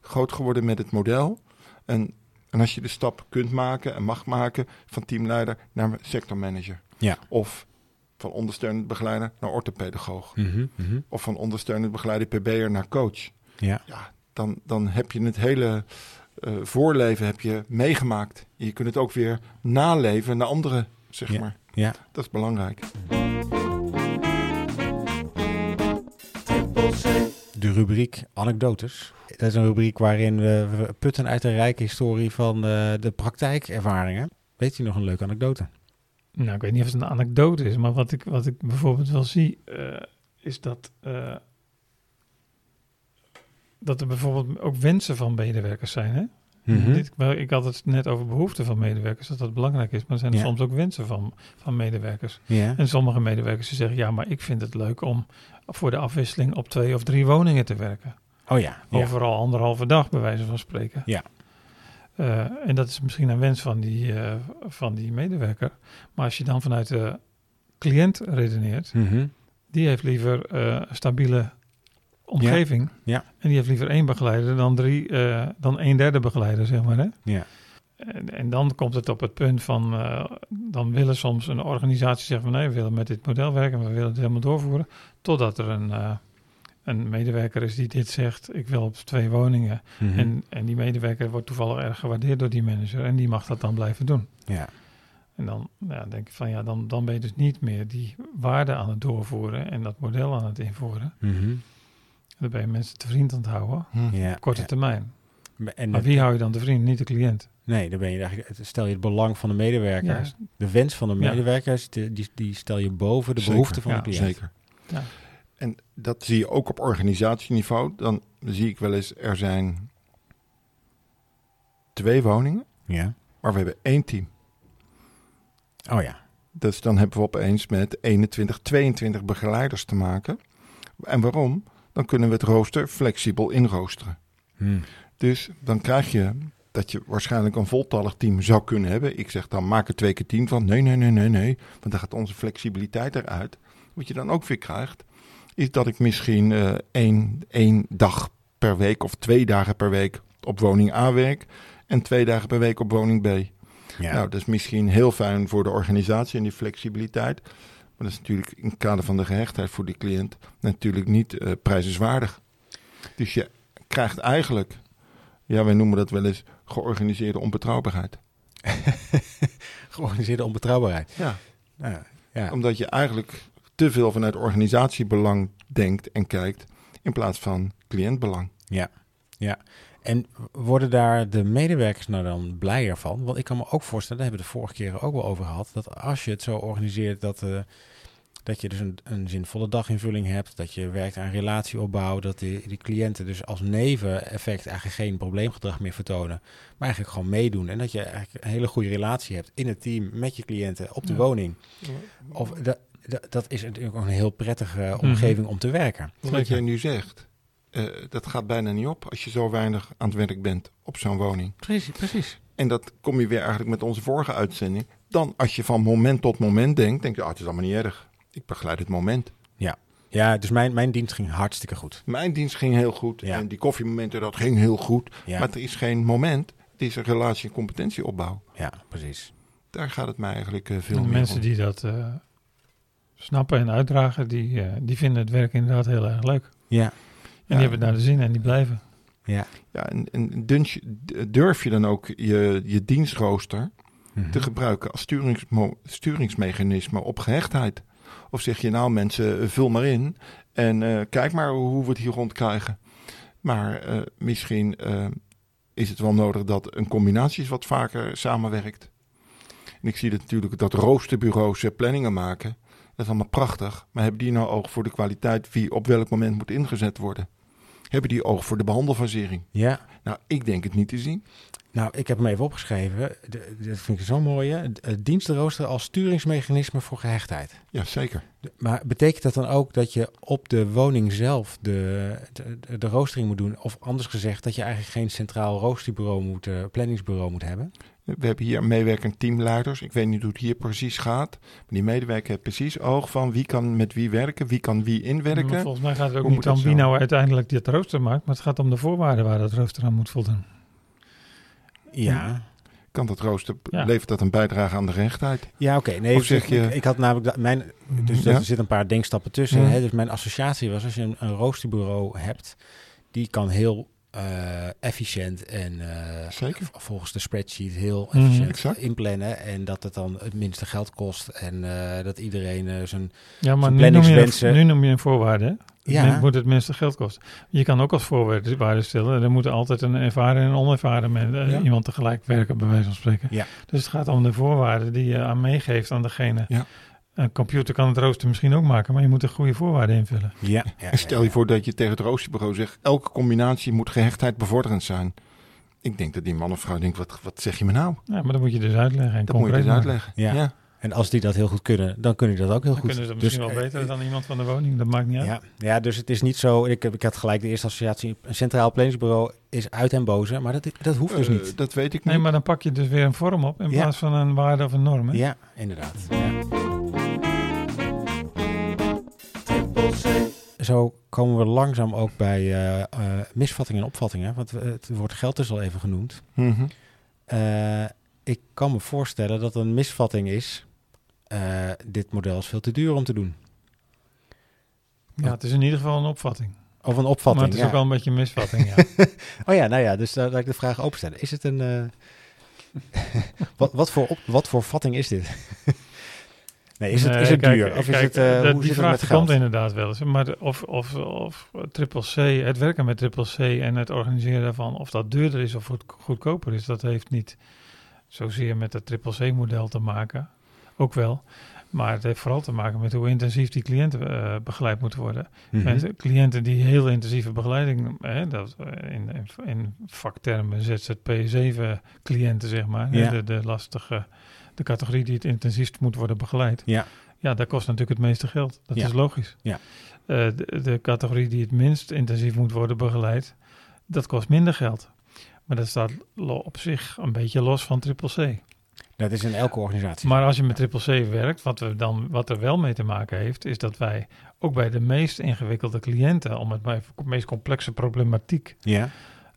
C: Groot geworden met het model. En, en als je de stap kunt maken en mag maken van teamleider naar sectormanager.
A: Ja.
C: Of van ondersteunend begeleider naar orthopedagoog.
A: Mhm, mhm.
C: Of van ondersteunend begeleider PB'er naar coach.
A: Ja.
C: Ja, dan, dan heb je het hele eh, voorleven heb je meegemaakt. Je kunt het ook weer naleven naar anderen, zeg
A: Ja.
C: maar.
A: Ja.
C: Dat is belangrijk.
A: De rubriek anekdotes. Dat is een rubriek waarin we we putten uit de rijke historie van eh, de praktijkervaringen. Weet je nog een leuke anekdote?
B: Nou, ik weet niet of het een anekdote is, maar wat ik, wat ik bijvoorbeeld wel zie, eh, is dat, eh, dat er bijvoorbeeld ook wensen van medewerkers zijn. Hè?
A: Mhm.
B: Dit, waar- ik had het net over behoeften van medewerkers, dat dat belangrijk is, maar er zijn er
A: Ja.
B: soms ook wensen van, van medewerkers.
A: Ja.
B: En sommige medewerkers die zeggen, ja, maar ik vind het leuk om voor de afwisseling op twee of drie woningen te werken.
A: Oh ja. ja.
B: Overal anderhalve dag, bij wijze van spreken.
A: Ja.
B: Eh, en dat is misschien een wens van die, eh, van die medewerker. Maar als je dan vanuit de cliënt redeneert,
A: Mhm.
B: die heeft liever eh, een stabiele omgeving.
A: Ja.
B: En die heeft liever één begeleider dan drie, eh, dan een derde begeleider, zeg maar. Hè?
A: Ja.
B: En, en dan komt het op het punt van, eh, dan willen soms een organisatie zeggen van nee, we willen met dit model werken, we willen het helemaal doorvoeren. Totdat er een, eh, een medewerker is die dit zegt, ik wil op twee woningen.
A: Mhm.
B: En, en die medewerker wordt toevallig erg gewaardeerd door die manager en die mag dat dan blijven doen.
A: ja.
B: En dan nou ja, denk ik van ja, dan, dan ben je dus niet meer die waarde aan het doorvoeren en dat model aan het invoeren.
A: Mhm.
B: Dan ben je mensen te vriend aan het houden.
C: Hm,
A: ja.
B: Korte
A: Ja.
B: termijn.
A: En
B: Maar wie hou je dan te vriend? Niet de cliënt.
A: nee, dan ben je eigenlijk, stel je het belang van de medewerkers,
B: Juist.
A: de wens van de
B: Ja.
A: medewerkers, de- die, die stel je boven de
C: Zeker.
A: behoeften van
B: Ja,
A: de cliënt.
C: Zeker.
B: Ja.
C: En dat zie je ook op organisatieniveau. Dan zie ik wel eens, er zijn twee woningen,
A: Ja.
C: maar we hebben één team.
A: Oh ja.
C: Dus dan hebben we opeens met 21, 22 begeleiders te maken. En waarom? Dan kunnen we het rooster flexibel inroosteren.
A: Hm.
C: Dus dan krijg je dat je waarschijnlijk een voltallig team zou kunnen hebben. Ik zeg dan, maak er twee keer tien van. Nee, nee, nee, nee, nee. Want dan gaat onze flexibiliteit eruit. Wat je dan ook weer krijgt, is dat ik misschien eh, één, één dag per week of twee dagen per week op woning A werk. En twee dagen per week op woning B.
A: Ja.
C: Nou, dat is misschien heel fijn voor de organisatie en die flexibiliteit. Maar dat is natuurlijk in het kader van de gehechtheid voor die cliënt natuurlijk niet eh prijzenswaardig. Dus je krijgt eigenlijk, ja, wij noemen dat wel eens georganiseerde onbetrouwbaarheid.
A: Georganiseerde onbetrouwbaarheid.
C: Ja,
A: Nou, ja.
C: omdat je eigenlijk te veel vanuit organisatiebelang denkt en kijkt in plaats van cliëntbelang.
A: En worden daar de medewerkers nou dan blijer van? Want ik kan me ook voorstellen, daar hebben we de vorige keren ook wel over gehad, dat als je het zo organiseert dat, eh, dat je dus een, een zinvolle daginvulling hebt, dat je werkt aan relatieopbouw, dat die, die cliënten dus als neveneffect eigenlijk geen probleemgedrag meer vertonen, maar eigenlijk gewoon meedoen. En dat je eigenlijk een hele goede relatie hebt in het team, met je cliënten, op de
B: Ja.
A: woning. Of dat, dat, dat is natuurlijk ook een heel prettige omgeving om te werken.
C: Wat jij nu zegt, eh, dat gaat bijna niet op als je zo weinig aan het werk bent op zo'n woning.
A: Precies, precies.
C: En dat kom je weer eigenlijk met onze vorige uitzending. Dan als je van moment tot moment denkt, denk je, ah, het is allemaal niet erg. Ik begeleid het moment.
A: Ja, dus mijn, mijn dienst ging hartstikke goed.
C: Mijn dienst ging heel goed
A: Ja.
C: en die koffiemomenten, dat ging heel goed.
A: Ja,
C: Maar er is geen moment, het is een relatie- en competentieopbouw.
A: ja precies.
C: Daar gaat het mij eigenlijk eh, veel
B: De
C: meer
B: mensen
C: om.
B: die dat eh, snappen en uitdragen, die, eh, die vinden het werk inderdaad heel erg leuk.
A: Ja,
B: En
C: Ja.
B: die hebben het naar de zin en die blijven.
A: ja.
C: Ja, en, en dunch- d- durf je dan ook je, je dienstrooster
A: Mhm.
C: te gebruiken als sturingsmo- sturingsmechanisme op gehechtheid? Of zeg je nou mensen, eh, vul maar in en eh, kijk maar hoe we het hier rondkrijgen. Maar eh, misschien eh, is het wel nodig dat een combinatie is wat vaker samenwerkt. En ik zie dat natuurlijk dat roosterbureaus eh, planningen maken. Dat is allemaal prachtig, maar hebben die nou oog voor de kwaliteit wie op welk moment moet ingezet worden? Hebben die oog voor de behandelfasering?
A: ja.
C: Nou, ik denk het niet te zien.
A: Nou, ik heb hem even opgeschreven. De- Dat vind ik zo mooi. Hè? D- eh, Dienstrooster als sturingsmechanisme voor gehechtheid.
C: Ja, zeker.
A: De- Maar betekent dat dan ook dat je op de woning zelf de, de, de roostering moet doen? Of anders gezegd, dat je eigenlijk geen centraal roosterbureau moet, eh, planningsbureau moet hebben?
C: We hebben hier meewerkend teamleiders. Ik weet niet hoe het hier precies gaat. Maar die medewerker heeft precies oog van wie kan met wie werken, wie kan wie
B: Maar
C: inwerken.
B: volgens mij gaat het ook
C: Hoe moet
B: niet om
C: dat
B: wie
C: zo?
B: nou uiteindelijk dit rooster maakt, maar het gaat om de voorwaarden waar dat rooster aan moet voldoen.
A: Ja.
C: Kan dat rooster,
B: Ja.
C: levert dat een bijdrage aan de rechtheid?
A: Ja, oké. Nee,
C: Of
A: ik-
C: zeg je-
A: ik, ik had namelijk dat- mijn. Dus
C: Ja.
A: er zit een paar denkstappen tussen.
C: Mhm.
A: Hè? Dus mijn associatie was als je een, een roosterbureau hebt, die kan heel eh, efficiënt en eh,
C: Zeker.
A: v- volgens de spreadsheet heel
B: Mhm.
A: efficiënt
C: Exact.
A: inplannen en dat het dan het minste geld kost en eh, dat iedereen eh, zijn
B: Ja, maar
A: Zo'n
B: nu noem, je
A: planningswensen.
B: een, nu noem je een voorwaarde. hè? Het
A: Ja.
B: min- moet het minste geld kosten. Je kan ook als voorwaarde stellen. Er moet altijd een ervaren en een onervaren men, eh,
A: Ja.
B: iemand tegelijk werken, bij wijze van spreken.
A: Ja.
B: Dus het gaat om de voorwaarden die je aan meegeeft aan degene.
C: Ja.
B: Een computer kan het rooster misschien ook maken, maar je moet er goede voorwaarden invullen.
A: ja, ja,
C: En stel je voor dat je tegen het roosterbureau zegt, elke combinatie moet gehechtheid bevorderend zijn. Ik denk dat die man of vrouw denkt, wat, wat zeg je me nou?
B: Ja, maar dat moet je dus uitleggen. En
C: Dat moet je
B: concreet
C: dus
B: maken.
C: uitleggen.
A: Ja. En als die dat heel goed kunnen, dan kunnen die dat ook heel
B: Dan
A: goed.
B: kunnen ze dat misschien
A: Dus,
B: wel
A: eh,
B: beter dan iemand van de woning. Dat maakt niet uit.
A: Ja, ja, dus het is niet zo. Ik, heb- ik had gelijk de eerste associatie. Een centraal planningsbureau is uit en boze, maar dat, dat hoeft dus
C: Eh,
A: niet.
C: dat weet ik niet.
B: Nee, maar dan pak je dus weer een vorm op in
A: Ja.
B: plaats van een waarde of een norm. hè?
A: Ja, inderdaad. Zo komen we langzaam ook bij eh, eh, misvattingen en opvattingen. Want eh, het woord geld is al even genoemd.
C: Mhm.
A: Eh, ik kan me voorstellen dat een misvatting is... eh, dit model is veel te duur om te doen.
B: Ja, het is in ieder geval een opvatting.
A: Of een opvatting,
B: maar het is
A: ja.
B: ook wel een beetje een misvatting,
A: [LAUGHS]
B: ja.
A: Oh ja, nou ja, dus daar laat ik de vraag openstellen. Is het een... eh, [LAUGHS] wat, wat, voor op, wat voor vatting is dit? [LAUGHS] nee, is het,
B: Nee,
A: is het
B: kijk,
A: duur? Of is
B: kijk,
A: het, eh,
B: dat-
A: hoe
B: die
A: zit het
B: vraag
A: met
B: die
A: geld?
B: komt inderdaad wel eens. Maar de- of, of, of triple C, het werken met triple C en het organiseren daarvan, of dat duurder is of goed- goedkoper is, dat heeft niet zozeer met het triple C-model te maken. Ook wel. Maar het heeft vooral te maken met hoe intensief die cliënten eh, begeleid moeten worden.
A: Mhm.
B: Mensen, cliënten die heel intensieve begeleiding, hè, dat, eh, in, in, in vaktermen ZZP7-cliënten, zeg maar. hè,
A: Ja.
B: De, de lastige, de categorie die het intensiefst moet worden begeleid.
A: Ja.
B: Ja, dat kost natuurlijk het meeste geld. Dat
A: Ja.
B: is logisch.
A: Ja.
B: Eh, de, de categorie die het minst intensief moet worden begeleid, dat kost minder geld. Maar dat staat lo- op zich een beetje los van triple C.
A: Dat is in elke organisatie.
B: Maar als je met triple C werkt, wat, we dan, wat er wel mee te maken heeft, is dat wij ook bij de meest ingewikkelde cliënten, om het maar even- meest complexe problematiek,
A: ja.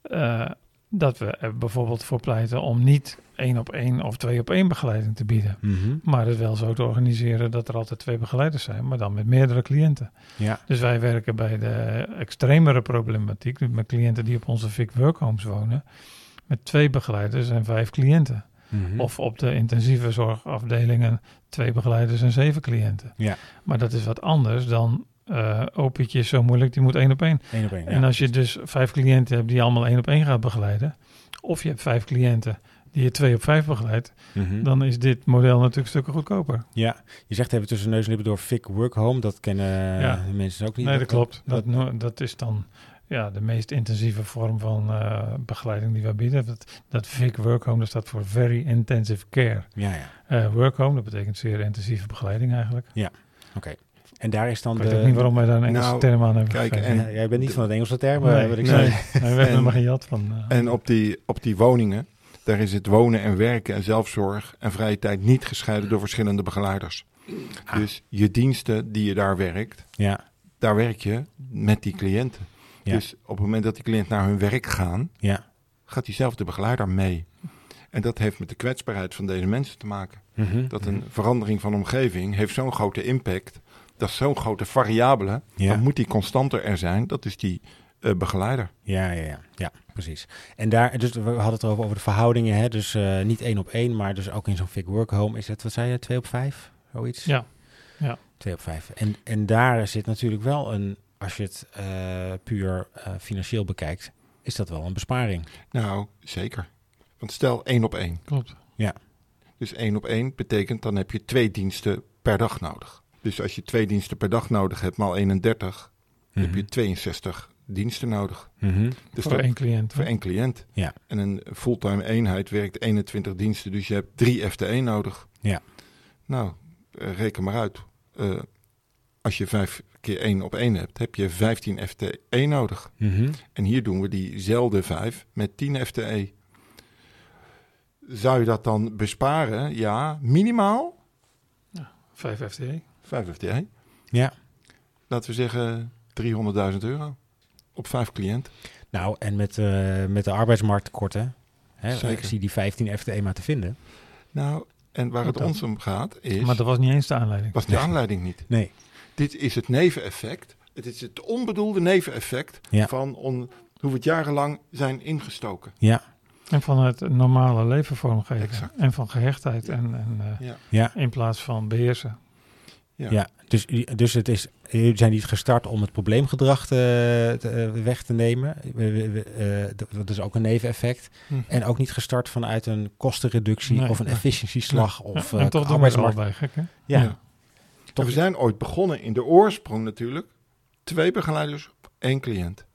B: eh, dat we er bijvoorbeeld voor pleiten om niet één op één of twee op één begeleiding te bieden.
A: Mhm.
B: Maar het wel zo te organiseren dat er altijd twee begeleiders zijn, maar dan met meerdere cliënten.
A: Ja.
B: Dus wij werken bij de extremere problematiek, met cliënten die op onze Vic Workhomes wonen, met twee begeleiders en vijf cliënten.
A: Mhm.
B: Of op de intensieve zorgafdelingen twee begeleiders en zeven cliënten.
A: Ja.
B: Maar dat is wat anders dan eh opietje is zo moeilijk, die moet één op één.
A: één op één. Ja.
B: En als je dus vijf cliënten hebt die je allemaal één op één gaat begeleiden, of je hebt vijf cliënten die je twee op vijf begeleidt,
A: Mhm.
B: dan is dit model natuurlijk stukken goedkoper.
A: ja, je zegt even tussen neus en lippen door Vic Workhome. Dat kennen
B: Ja.
A: de mensen ook niet.
B: Nee, dat klopt.
A: dat-
B: Dat, no- dat is dan ja, de meest intensieve vorm van eh, begeleiding die wij bieden. Dat, dat VIC Workhome, dat staat voor Very Intensive Care.
A: Ja, ja.
B: Eh, workhome, dat betekent zeer intensieve begeleiding eigenlijk.
A: Oké. En daar is dan
B: Ik
A: de...
B: weet ook niet waarom wij daar een Engelse
C: Nou,
B: term aan hebben
C: kijk,
B: gegeven.
A: Ja, jij bent niet van het Engelse term, maar
B: nee,
A: wat ik
B: nee,
A: zei.
B: nee, we hebben er maar gejat van. eh.
C: En op die, op die woningen, daar is het wonen en werken en zelfzorg en vrije tijd niet gescheiden door verschillende begeleiders.
A: Ah.
C: Dus je diensten die je daar werkt,
A: Ja,
C: daar werk je met die cliënten.
A: Ja.
C: Dus op het moment dat die cliënt naar hun werk gaan,
A: ja.
C: gaat diezelfde begeleider mee. En dat heeft met de kwetsbaarheid van deze mensen te maken.
A: Mhm.
C: Dat een verandering van omgeving heeft zo'n grote impact. Dat is zo'n grote variabele.
A: Ja.
C: Dan moet die constanter er zijn. Dat is die eh, begeleider.
A: Ja, ja, ja, ja, precies. En daar, dus we hadden het over, over de verhoudingen, hè? dus eh, niet één op één, maar dus ook in zo'n Vic Workhome is het, wat zei je, twee op vijf, zoiets?
B: Ja, ja.
A: Twee op vijf. En, en daar zit natuurlijk wel een, als je het eh, puur eh, financieel bekijkt, is dat wel een besparing.
C: Nou, zeker. Want stel één op één.
B: klopt.
C: Dus één op één betekent dan heb je twee diensten per dag nodig. Dus als je twee diensten per dag nodig hebt, maal 31, heb je 62 diensten nodig.
A: Mhm.
C: Dus
B: voor
C: dat-
B: één cliënt.
C: voor
B: hè?
C: één cliënt.
A: Ja.
C: En een fulltime eenheid werkt 21 diensten, dus je hebt drie FTE nodig.
A: Ja.
C: Nou, eh, reken maar uit. Eh, als je vijf keer één op één hebt, heb je 15 FTE E nodig.
A: Mhm.
C: En hier doen we diezelfde vijf met 10 FTE. E. Zou je dat dan besparen? Ja, minimaal
B: Vijf FTE.
C: 5 FTE.
A: Ja.
C: E. Laten we zeggen 300.000 euro op vijf cliënten.
A: Nou, en met, eh, met de arbeidsmarkttekorten, hè,
C: Zeker.
A: ik zie die 15 FTE E maar te vinden.
C: Nou, en waar
B: Wat
C: het
B: dan?
C: ons om gaat is...
B: Maar dat was niet eens de aanleiding.
C: was de aanleiding niet.
A: Nee.
C: Dit is het neveneffect. Het is het onbedoelde neveneffect
A: Ja.
C: van on- hoe we het jarenlang zijn ingestoken.
A: Ja,
B: En van het normale leven vormgeven.
C: Exact.
B: En van gehechtheid en, en eh,
C: Ja.
A: ja.
B: in plaats van beheersen.
A: Ja,
C: Ja.
A: dus, dus het is, jullie zijn niet gestart om het probleemgedrag eh, te- eh, weg te nemen. We- we- we, eh, d- dat is ook een neveneffect.
C: Hm.
A: En ook niet gestart vanuit een kostenreductie
B: Nee.
A: of een
B: Nee.
A: efficiëntieslag of
B: Ja,
A: eh,
B: en toch doen we het
A: arbeidsmarkt.
B: allebei gek, hè?
A: Ja,
C: Ja. En we zijn ooit begonnen in de oorsprong natuurlijk. Twee begeleiders op één cliënt.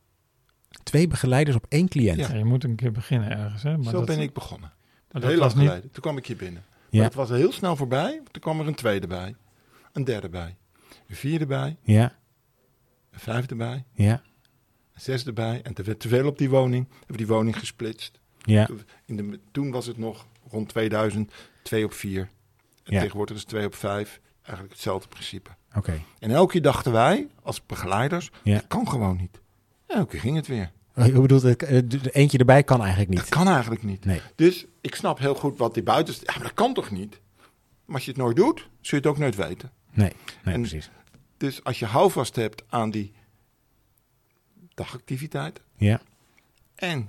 A: twee begeleiders op één cliënt.
C: Ja.
B: Ja, je moet een keer beginnen ergens, hè? Maar
C: Zo
B: dat,
C: ben ik begonnen.
B: Maar dat
C: Heel lang
B: was niet,
C: geleden. Toen kwam ik hier binnen.
A: Ja.
C: Maar het was heel snel voorbij. Toen kwam er een tweede bij. Een derde bij. Een vierde bij.
A: ja,
C: Een vijfde bij.
A: ja,
C: Een zesde bij. En er werd te veel op die woning. Hebben we die woning gesplitst.
A: ja.
C: In de, toen was het nog rond 2000, 2 op 4. En
A: Ja.
C: tegenwoordig is het 2 op 5. Eigenlijk hetzelfde principe.
A: Oké.
C: En elke keer dachten wij, als begeleiders,
A: Ja.
C: dat kan gewoon niet. En elke keer ging het weer.
A: Hoe bedoelt het? eh, de- de Eentje erbij kan eigenlijk
C: Dat
A: niet.
C: kan eigenlijk niet.
A: Nee.
C: Dus ik snap heel goed wat die buiten... Ja, maar dat kan toch niet? Maar als je het nooit doet, zul je het ook nooit weten.
A: Nee, nee
C: En-
A: precies.
C: Dus als je houvast hebt aan die dagactiviteit
A: Ja,
C: en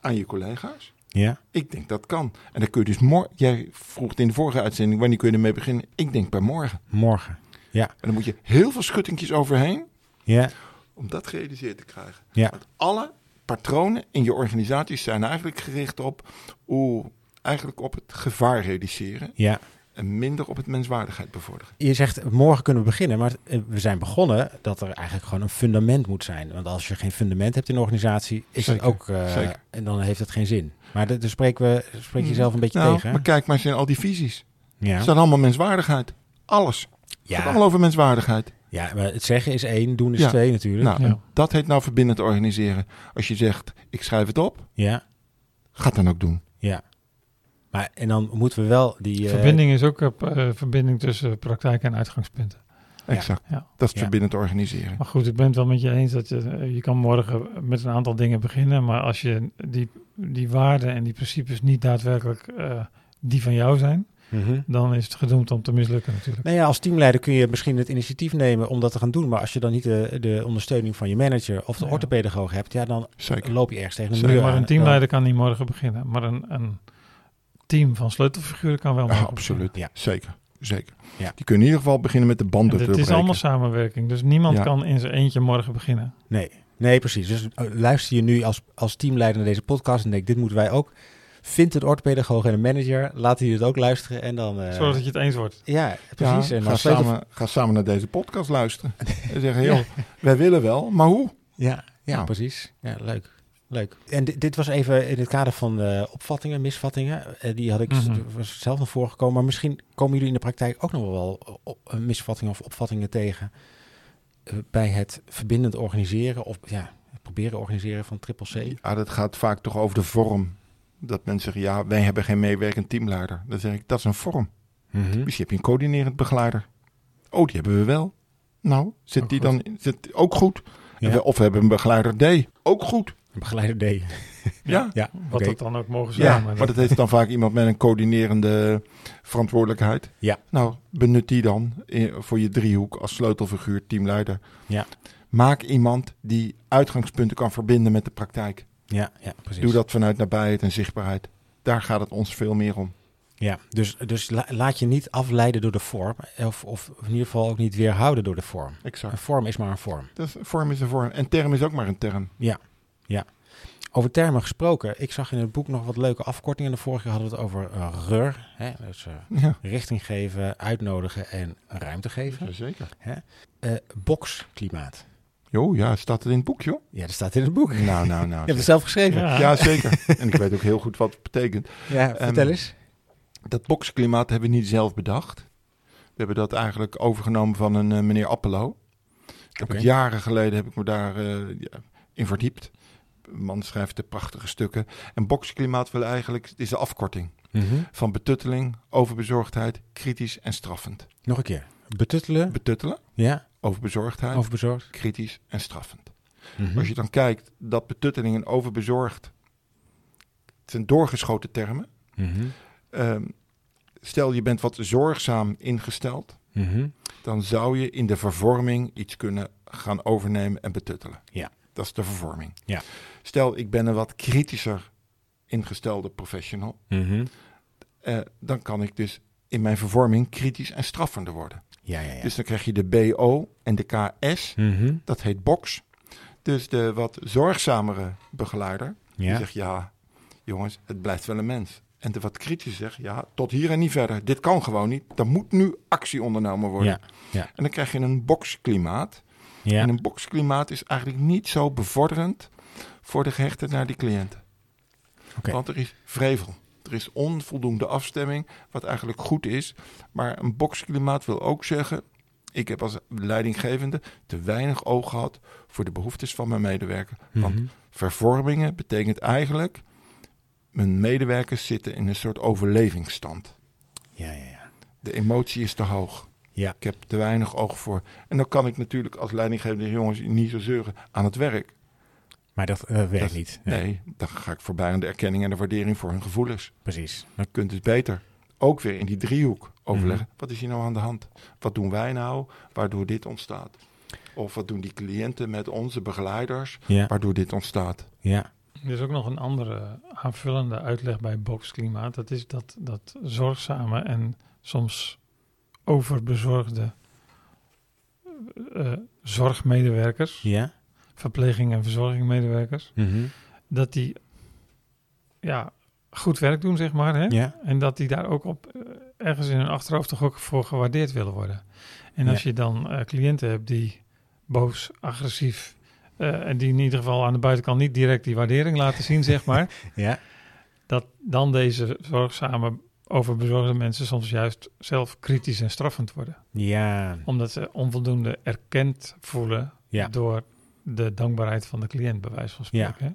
C: aan je collega's...
A: ja,
C: Ik denk dat kan. En dan kun je dus morgen. Jij vroeg het in de vorige uitzending wanneer kun je ermee beginnen. Ik denk bij morgen.
A: morgen. Ja,
C: En dan moet je heel veel schuttingjes overheen
A: ja,
C: om dat gerealiseerd te krijgen.
A: ja.
C: Alle patronen in je organisatie zijn eigenlijk gericht op, oeh, eigenlijk op het gevaar reduceren
A: Ja,
C: en minder op het menswaardigheid bevorderen.
A: Je zegt morgen kunnen we beginnen, maar eh, we zijn begonnen dat er eigenlijk gewoon een fundament moet zijn. Want als je geen fundament hebt in een organisatie, is
C: Zeker,
A: dat ook eh,
C: zeker.
A: en dan heeft het geen zin. Maar dat- daar spreken we spreek je zelf een beetje
C: Nou,
A: tegen. hè?
C: maar kijk maar eens in al die visies.
A: ja,
C: Het staat allemaal menswaardigheid. Alles. Het gaat
A: ja,
C: allemaal over menswaardigheid.
A: ja, maar het zeggen is één, doen is
C: Ja.
A: twee natuurlijk.
C: Nou, en
B: Ja.
C: dat heet nou verbindend organiseren. Als je zegt, ik schrijf het op,
A: Ja,
C: ga het dan ook doen.
A: ja. Maar en dan moeten we wel die eh,
B: eh, Verbinding is ook een verbinding tussen praktijk en uitgangspunten.
C: Ja, Exact.
B: Ja.
C: Dat is
A: Ja.
C: verbindend organiseren.
B: Maar goed, ik ben het wel met je eens dat je, je kan morgen met een aantal dingen beginnen. Maar als je die, die waarden en die principes niet daadwerkelijk eh, die van jou zijn,
A: Mhm.
B: dan is het gedoemd om te mislukken natuurlijk.
A: Nou ja, als teamleider kun je misschien het initiatief nemen om dat te gaan doen. Maar als je dan niet de, de ondersteuning van je manager of de
B: Ja.
A: orthopedagoog hebt, ja, dan
C: Zeker.
A: loop je ergens tegen een
C: Zeg
A: muur
B: maar
A: aan.
B: een teamleider kan niet morgen beginnen. Maar een, een team van sleutelfiguren kan wel
C: Ja,
B: morgen
C: absoluut.
A: Ja.
C: Zeker. Zeker.
A: Ja.
C: Die kunnen in ieder geval beginnen met de banden
B: beginnen.
C: te
B: En Het is
C: breken.
B: allemaal samenwerking, dus niemand
C: Ja.
B: kan in zijn eentje morgen beginnen.
A: Nee, nee, precies. Dus eh, luister je nu als, als teamleider naar deze podcast en denk, dit moeten wij ook. Vind een orthopedagoog en een manager, laat die het ook luisteren en dan... eh,
B: Zorg dat je het eens wordt.
A: Ja,
C: Ja,
A: precies. en
C: ga,
A: dan sleutel-
C: samen, ga samen naar deze podcast
A: [LAUGHS]
C: luisteren. en zeggen, joh, wij willen wel, maar hoe?
A: Ja, ja
C: Nou.
A: precies. Ja, leuk. Leuk. En di- dit was even in het kader van eh, opvattingen, misvattingen. Eh, die had ik s-
B: Mhm.
A: was zelf nog voorgekomen. Maar misschien komen jullie in de praktijk ook nog wel eh, op- eh, misvattingen of opvattingen tegen. eh, bij het verbindend organiseren of ja, het proberen organiseren van triple C.
C: Ja, dat gaat vaak toch over de vorm. Dat mensen zeggen, ja, wij hebben geen meewerkend teamleider. Dan zeg ik, dat is een vorm.
A: Hm.
C: Misschien heb je een coördinerend begeleider. Oh, die hebben we wel. Nou, zit
B: Ook
C: die
B: goed.
C: dan zit, ook goed?
A: Ja.
C: En we- Of we hebben een begeleider D, ook goed.
A: Begeleider D.
C: Ja,
A: Ja,
B: Wat
A: oké.
B: dat dan ook mogen zijn.
C: ja,
B: maar
C: maar dat heeft dan vaak iemand met een coördinerende verantwoordelijkheid.
A: Ja.
C: Nou, benut die dan eh, voor je driehoek als sleutelfiguur, teamleider.
A: Ja.
C: Maak iemand die uitgangspunten kan verbinden met de praktijk.
A: Ja, ja, precies.
C: Doe dat vanuit nabijheid en zichtbaarheid. Daar gaat het ons veel meer om.
A: Ja, dus, dus la- laat je niet afleiden door de vorm. Of, of in ieder geval ook niet weerhouden door de vorm. Een
C: Exact.
A: vorm is maar een vorm.
C: Dus vorm is een vorm. En term is ook maar een term. [LAUGHS]
A: Over termen gesproken, ik zag in het boek nog wat leuke afkortingen. De vorige keer hadden we het over eh, RUR, hè? dus eh,
C: Ja,
A: richting geven, uitnodigen en ruimte geven.
C: zeker.
A: Eh, boxklimaat.
C: Jo, ja, staat het in het boek, joh.
A: Ja, dat staat in het boek. [LAUGHS] Je
C: Nou, nou, nou.
A: hebt het zelf geschreven.
B: Ja.
C: Ja, zeker. En ik weet ook heel goed wat het betekent.
A: Ja, vertel
C: Ehm,
A: eens.
C: Dat boksklimaat hebben we niet zelf bedacht. We hebben dat eigenlijk overgenomen van een eh, meneer Appelo. Ik heb
A: Oké.
C: het Jaren geleden heb ik me daar eh, ja, in verdiept. De man schrijft de prachtige stukken. En boksklimaat wil eigenlijk, het is de afkorting
A: Mhm.
C: van betutteling, overbezorgdheid, kritisch en straffend.
A: Nog een keer. Betuttelen,
C: Betuttelen,
A: ja,
C: overbezorgdheid,
A: overbezorgd.
C: kritisch en straffend.
A: Mhm.
C: Als je dan kijkt dat betutteling en overbezorgd, het zijn doorgeschoten termen.
A: Mhm.
C: Ehm, stel je bent wat zorgzaam ingesteld,
A: Mhm.
C: dan zou je in de vervorming iets kunnen gaan overnemen en betuttelen.
A: Ja.
C: Dat is de vervorming.
A: Ja.
C: Stel ik ben een wat kritischer ingestelde professional,
A: Mhm.
C: eh, dan kan ik dus in mijn vervorming kritisch en straffender worden.
A: Ja, ja, ja.
C: Dus dan krijg je de BO en de KS,
A: Mhm.
C: dat heet box. Dus de wat zorgzamere begeleider,
A: Ja.
C: Die zegt, ja, jongens, het blijft wel een mens. En de wat kritisch zegt, ja, tot hier en niet verder. Dit kan gewoon niet. Er moet nu actie ondernomen worden.
A: Ja, ja.
C: En dan krijg je een boxklimaat.
A: ja.
C: En een boxklimaat is eigenlijk niet zo bevorderend voor de gehechte naar die cliënt.
A: Oké.
C: Want er is vrevel. Er is onvoldoende afstemming, wat eigenlijk goed is. Maar een boxklimaat wil ook zeggen... ik heb als leidinggevende te weinig oog gehad... voor de behoeftes van mijn medewerker. Want
A: Mhm.
C: Vervormingen betekent eigenlijk. Mijn medewerkers zitten in een soort overlevingsstand.
A: Ja, ja, ja.
C: De emotie is te hoog.
A: Ja.
C: Ik heb te weinig oog voor. En dan kan ik natuurlijk als leidinggevende zeggen, jongens niet zo zeuren aan het werk.
A: Maar dat eh, werkt
C: Dat-
A: niet. Nee.
C: Nee, dan ga ik voorbij aan de erkenning en de waardering voor hun gevoelens.
A: Precies.
C: Je kunt dus beter ook weer in die driehoek overleggen.
A: Mhm.
C: Wat is hier nou aan de hand? Wat doen wij nou waardoor dit ontstaat? Of wat doen die cliënten met onze begeleiders
A: Ja,
C: waardoor dit ontstaat?
A: ja.
B: Er is ook nog een andere aanvullende uitleg bij boxklimaat. Dat is dat, dat zorgzame en soms overbezorgde eh, eh, zorgmedewerkers,
A: Ja.
B: verpleging- en verzorgingmedewerkers,
A: Mhm.
B: dat die ja, goed werk doen, zeg maar. Hè?
A: Ja.
B: En dat die daar ook op eh, ergens in hun achterhoofd toch ook voor gewaardeerd willen worden. En als
A: Ja.
B: je dan eh, cliënten hebt die boos, agressief eh, en die in ieder geval aan de buitenkant niet direct die waardering laten zien, zeg maar
A: Ja.
B: dat dan deze zorgzame, overbezorgde mensen soms juist zelf kritisch en straffend worden.
A: Ja.
B: Omdat ze onvoldoende erkend voelen
A: Ja.
B: door de dankbaarheid van de cliënt, bij wijze van spreken. hè.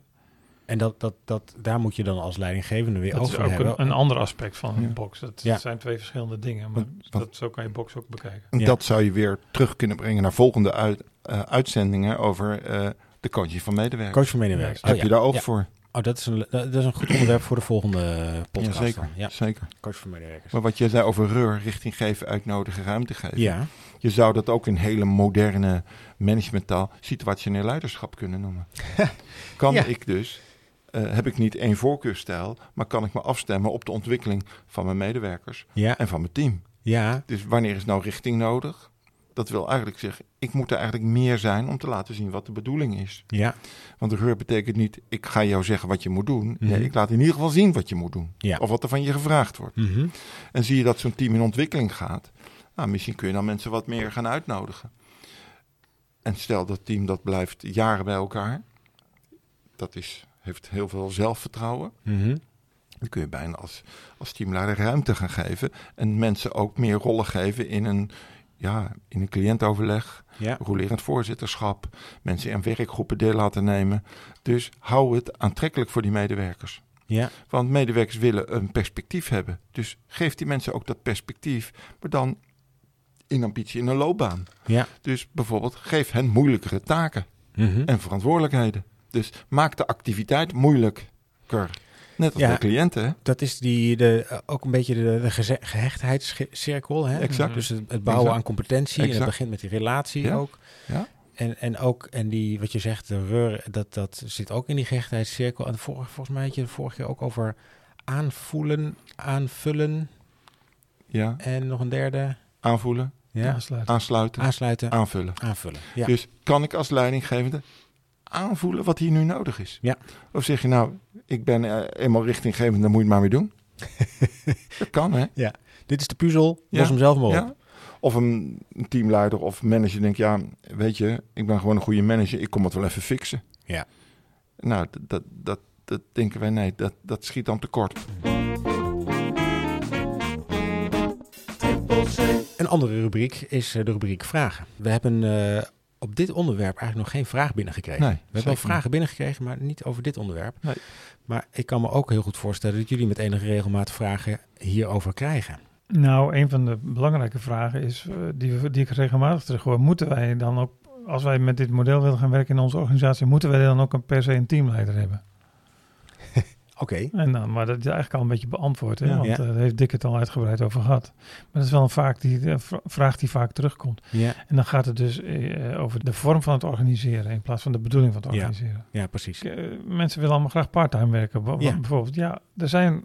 A: En dat, dat, dat, daar moet je dan als leidinggevende weer
B: Dat
A: oog
B: is
A: voor
B: ook
A: hebben.
B: een, een ander aspect van
C: Ja.
B: een box. Dat
A: Ja.
B: zijn twee verschillende dingen, maar
C: Want- want-
B: dat, zo kan je box ook bekijken.
C: En
A: Ja.
C: dat zou je weer terug kunnen brengen naar volgende uit, eh, uitzendingen over eh, de coaching van medewerkers.
A: Coach van medewerkers.
B: Ja,
C: Heb
A: Oh,
C: je
A: ja.
C: daar oog
A: Ja.
C: voor?
A: Oh, dat is, een, dat is een goed onderwerp voor de volgende podcast.
C: Jazeker.
A: dan. Ja,
C: Zeker.
A: coach van medewerkers.
C: Maar wat jij zei over reur, richting geven, uitnodigen, ruimte geven.
A: Ja,
C: Je zou dat ook in hele moderne managementtaal situationeel leiderschap
A: [LAUGHS]
C: kunnen noemen. kan
A: Ja.
C: ik dus, eh, heb ik niet één voorkeurstijl, maar kan ik me afstemmen op de ontwikkeling van mijn medewerkers
A: ja,
C: en van mijn team.
A: ja.
C: Dus wanneer is nou richting nodig? Dat wil eigenlijk zeggen, ik moet er eigenlijk meer zijn om te laten zien wat de bedoeling is.
A: Ja,
C: Want de geur betekent niet, ik ga jou zeggen wat je moet doen. Nee,
A: Mhm.
C: ik laat in ieder geval zien wat je moet doen.
A: Ja.
C: Of wat er van je gevraagd wordt.
A: Mhm.
C: En zie je dat zo'n team in ontwikkeling gaat. Nou, misschien kun je dan mensen wat meer gaan uitnodigen. En stel dat team dat blijft jaren bij elkaar. Dat is, heeft heel veel zelfvertrouwen.
A: Mhm.
C: Dan kun je bijna als, als teamleider ruimte gaan geven. En mensen ook meer rollen geven in een, ja, in een cliëntoverleg
A: ja.
C: rolerend voorzitterschap, mensen in werkgroepen deel laten nemen. Dus hou het aantrekkelijk voor die medewerkers.
A: ja.
C: Want medewerkers willen een perspectief hebben. Dus geef die mensen ook dat perspectief, maar dan in ambitie in een loopbaan.
A: Ja.
C: Dus bijvoorbeeld geef hen moeilijkere taken
A: Mhm.
C: en verantwoordelijkheden. Dus maak de activiteit moeilijker. Net als
A: Ja.
C: bij cliënten. hè?
A: Dat is die, de, eh, ook een beetje de, de geze- gehechtheidscirkel. Hè?
C: Exact.
A: Dus het, het bouwen
C: Mm. Exact.
A: aan competentie. En
C: Exact.
A: het begint met die relatie
C: Ja.
A: ook.
C: Ja.
A: En, en ook, en die, wat je zegt, de reur, dat, dat zit ook in die gehechtheidscirkel. En vorig, volgens mij had je het vorige keer ook over aanvoelen, aanvullen
C: Ja.
A: en nog een derde.
C: Aanvoelen,
A: Ja.
B: Aansluiten.
C: aansluiten,
A: Aansluiten,
C: aanvullen.
A: aanvullen. Ja.
C: Dus kan ik als leidinggevende aanvoelen wat hier nu nodig is?
A: Ja.
C: Of zeg je nou, ik ben eh, eenmaal richtinggevend, dan moet je het maar weer
A: [LAUGHS]
C: doen. dat kan, hè?
A: Dit is de puzzel, los
C: Ja.
A: hem zelf maar op.
C: Ja. Of een teamleider of manager denkt, ja, weet je, ik ben gewoon een goede manager, ik kom het wel even fixen.
A: Ja.
C: Nou, dat, dat, dat, dat denken wij, nee, dat, dat schiet dan tekort.
A: Een andere rubriek is eh, de rubriek vragen. We hebben eh, op dit onderwerp eigenlijk nog geen vraag binnengekregen.
C: Nee,
A: We hebben wel vragen binnengekregen, maar niet over dit onderwerp.
C: Nee.
A: Maar ik kan me ook heel goed voorstellen dat jullie met enige regelmaat vragen hierover krijgen.
B: Nou, een van de belangrijke vragen is, eh, die, we- die ik regelmatig terughoor, moeten wij dan ook, als wij met dit model willen gaan werken in onze organisatie, moeten wij dan ook een, per se een teamleider hebben?
A: Oké.
B: En dan, maar dat is eigenlijk al een beetje beantwoord, hè?
C: Ja.
B: want
A: Ja.
B: eh, daar heeft Dick het al uitgebreid over gehad. Maar dat is wel een vaak die, eh, vra- vraag die vaak terugkomt.
A: Ja,
B: En dan gaat het dus eh, over de vorm van het organiseren in plaats van de bedoeling van het
A: Ja.
B: organiseren.
A: ja, precies.
B: Ik, eh, mensen willen allemaal graag parttime werken. Wa- wa-
A: Ja.
B: Bijvoorbeeld, ja, er, zijn,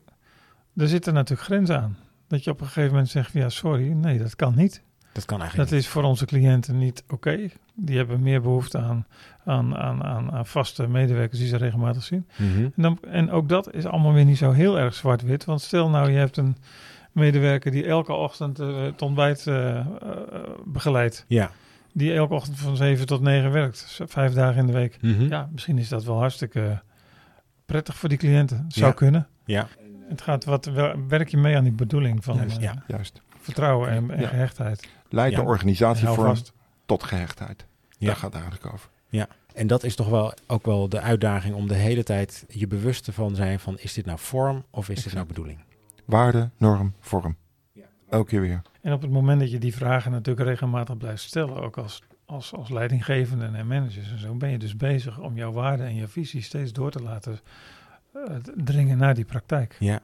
B: er zitten natuurlijk grenzen aan. Dat je op een gegeven moment zegt, ja, sorry, nee, dat kan niet.
A: Dat kan eigenlijk
B: Dat is voor onze cliënten niet oké. Die hebben meer behoefte aan, aan, aan, aan, aan vaste medewerkers die ze regelmatig zien.
A: niet. Mhm.
B: En, dan, en ook dat is allemaal weer niet zo heel erg zwart-wit. Want stel nou, je hebt een medewerker die elke ochtend eh, het ontbijt eh, eh, begeleidt.
A: Ja.
B: Die elke ochtend van 7 tot 9 werkt. Z- Vijf dagen in de week.
A: Mhm.
B: Ja, misschien is dat wel hartstikke prettig voor die cliënten. Zou
A: Ja.
B: kunnen.
A: Ja.
B: Het gaat wat wel- werk je mee aan die bedoeling van
A: Juist,
B: eh,
A: ja.
C: Juist.
B: vertrouwen en, en
C: Ja.
B: gehechtheid.
C: Leid
A: Ja.
C: de organisatie
B: Hou
C: vorm
B: vast.
C: tot gehechtheid.
A: Ja.
C: Daar gaat het eigenlijk over.
A: En dat is toch wel ook wel de uitdaging om de hele tijd je bewust te van zijn van is dit nou vorm of is dit
C: Exact.
A: nou bedoeling?
C: Waarde, norm, vorm. Elke keer weer.
B: En op het moment dat je die vragen natuurlijk regelmatig blijft stellen, ook als, als, als leidinggevenden en managers en zo, ben je dus bezig om jouw waarden en je visie steeds door te laten eh, dringen naar die praktijk.
A: Ja.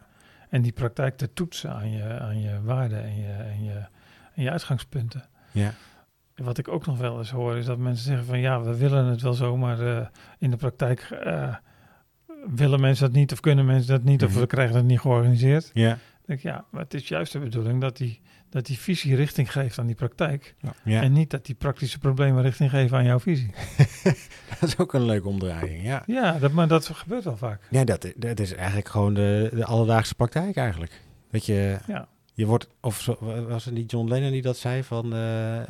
B: En die praktijk te toetsen aan je, aan je waarden en je, en, je, en je uitgangspunten.
A: Ja.
B: En Wat ik ook nog wel eens hoor, is dat mensen zeggen van ja, we willen het wel zo, maar eh, in de praktijk eh, willen mensen dat niet of kunnen mensen dat niet of
A: Mhm.
B: we krijgen dat niet georganiseerd.
A: Ja.
B: Ik denk, ja, maar het is juist de bedoeling dat die, dat die visie richting geeft aan die praktijk.
A: ja.
B: En niet dat die praktische problemen richting geven aan jouw visie.
A: [LAUGHS] dat is ook een leuke omdraaiing. Ja.
B: Ja, dat, maar dat gebeurt wel vaak.
A: Ja, dat, dat is eigenlijk gewoon de, de alledaagse praktijk eigenlijk. Dat je,
B: Ja.
A: je wordt, of zo- was het niet John Lennon die dat zei, van eh, eh,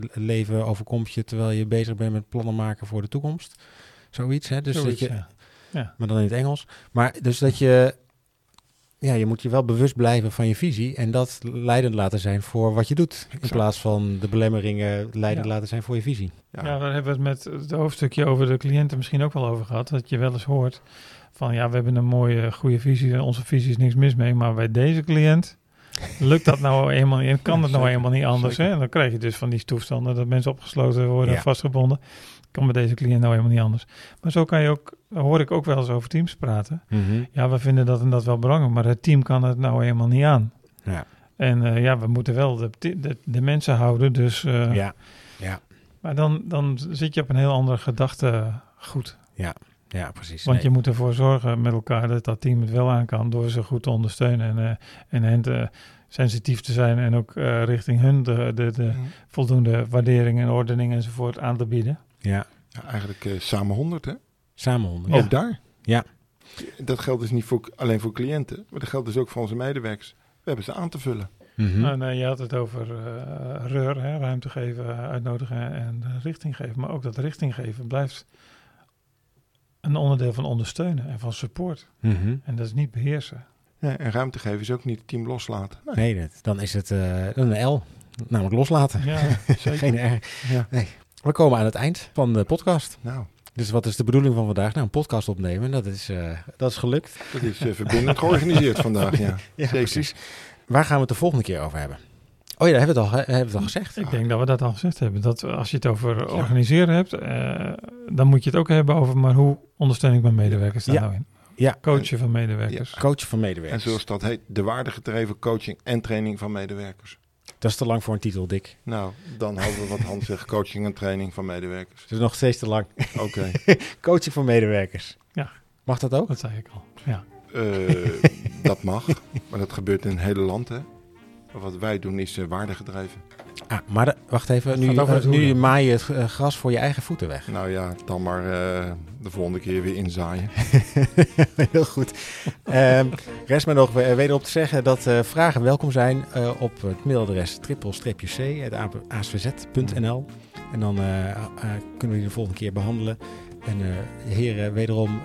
A: het leven overkomt je terwijl je bezig bent met plannen maken voor de toekomst. Zoiets, hè? Dus
B: Zoiets,
A: dat je,
B: ja.
A: Maar dan in het Engels. Maar dus dat je, ja, je moet je wel bewust blijven van je visie en dat leidend laten zijn voor wat je doet. In
C: Exact.
A: plaats van de belemmeringen leidend
B: Ja.
A: laten zijn voor je visie.
C: Ja,
B: Ja, daar hebben we het met het hoofdstukje over de cliënten misschien ook wel over gehad. Dat je wel eens hoort van ja, we hebben een mooie, goede visie. en Onze visie is niks mis mee. Maar bij deze cliënt lukt dat nou eenmaal niet. en Kan
A: Ja,
B: het nou
A: zeker,
B: eenmaal niet anders. Hè?
A: zeker.
B: En dan krijg je dus van die toestanden dat mensen opgesloten worden,
A: Ja.
B: vastgebonden. Kan bij deze cliënt nou helemaal niet anders. Maar zo kan je ook, hoor ik ook wel eens over teams praten. Ja, we vinden dat en dat wel belangrijk, maar het team kan het nou helemaal niet aan.
A: Ja.
B: En eh, ja, we moeten wel de, de, de mensen houden. Dus eh,
A: Ja,
B: maar dan, dan zit je op een heel andere gedachtegoed.
A: ja, precies.
B: Want
A: Nee.
B: je moet ervoor zorgen met elkaar dat dat team het wel aan kan door ze goed te ondersteunen en, eh, en hen te- sensitief te zijn en ook eh, richting hun de, de, de
C: Ja.
B: voldoende waardering en ordening enzovoort aan te bieden.
A: ja,
C: Ja, eigenlijk eh, samen 100, hè?
A: samen honden.
B: Ja.
C: Ook daar.
A: Ja.
C: Dat geldt dus niet voor, alleen voor cliënten, maar dat geldt dus ook voor onze medewerkers. We hebben ze aan te vullen.
A: Mhm.
B: Nou, nee, je had het over eh, reur, hè, ruimte geven, uitnodigen en eh, richting geven. Maar ook dat richting geven blijft een onderdeel van ondersteunen en van support.
A: Mhm.
B: En dat is niet beheersen.
C: Ja, en ruimte geven is ook niet het team loslaten. Nee,
A: Nee, dat, dan is het eh, dan een L. Namelijk loslaten.
B: Ja, zeker.
A: Geen R.
C: Ja.
A: Nee. We komen aan het eind van de podcast.
C: Nou,
A: Dus wat is de bedoeling van vandaag? Nou, een podcast opnemen. Dat is, eh, dat is gelukt.
C: dat is eh, verbindend georganiseerd vandaag, ja.
A: Ja,
C: Zeker.
A: precies. Waar gaan we het de volgende keer over hebben? Oh ja, daar hebben we het al, hebben we het al gezegd.
B: Ik denk dat we dat al gezegd hebben. Dat we, als je het over organiseren hebt, eh, dan moet je het ook hebben over, maar hoe ondersteun ik mijn medewerkers daar
A: Ja.
B: nou in?
A: Ja.
B: Coachen van medewerkers.
A: Coach van
C: En
A: medewerkers.
C: zoals dat heet, de waardegedreven coaching en training van medewerkers.
A: Dat is te lang voor een titel, Dick.
C: Nou, dan houden we wat Hans zegt, coaching en training van medewerkers.
A: Dat is nog steeds te lang. [LAUGHS]
C: Oké.
A: Coaching van medewerkers.
B: Ja.
A: Mag dat ook?
B: Dat zei ik al. Ja.
C: Eh, dat mag, maar dat gebeurt in het hele land, hè. Maar Wat wij doen is eh, waardegedreven.
A: Ah, maar de- wacht even. Nu,
B: gaat over
A: eh,
B: het hoe
A: nu
B: dan.
A: maai je het eh, gras voor je eigen voeten weg.
C: Nou ja, dan maar eh, de volgende keer weer inzaaien.
A: [LAUGHS] Heel goed. Ehm, rest mij nog we- wederop te zeggen dat eh, vragen welkom zijn eh, op het mailadres trippel-c.acvz.nl. En dan eh, eh, kunnen we die de volgende keer behandelen. En eh, heren, wederom eh,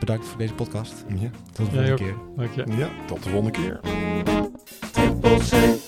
A: bedankt voor deze podcast.
C: Ja.
A: Tot de
B: Jij
A: volgende
B: ook.
A: keer.
B: Dank je.
C: ja, tot de volgende keer.
D: triple C.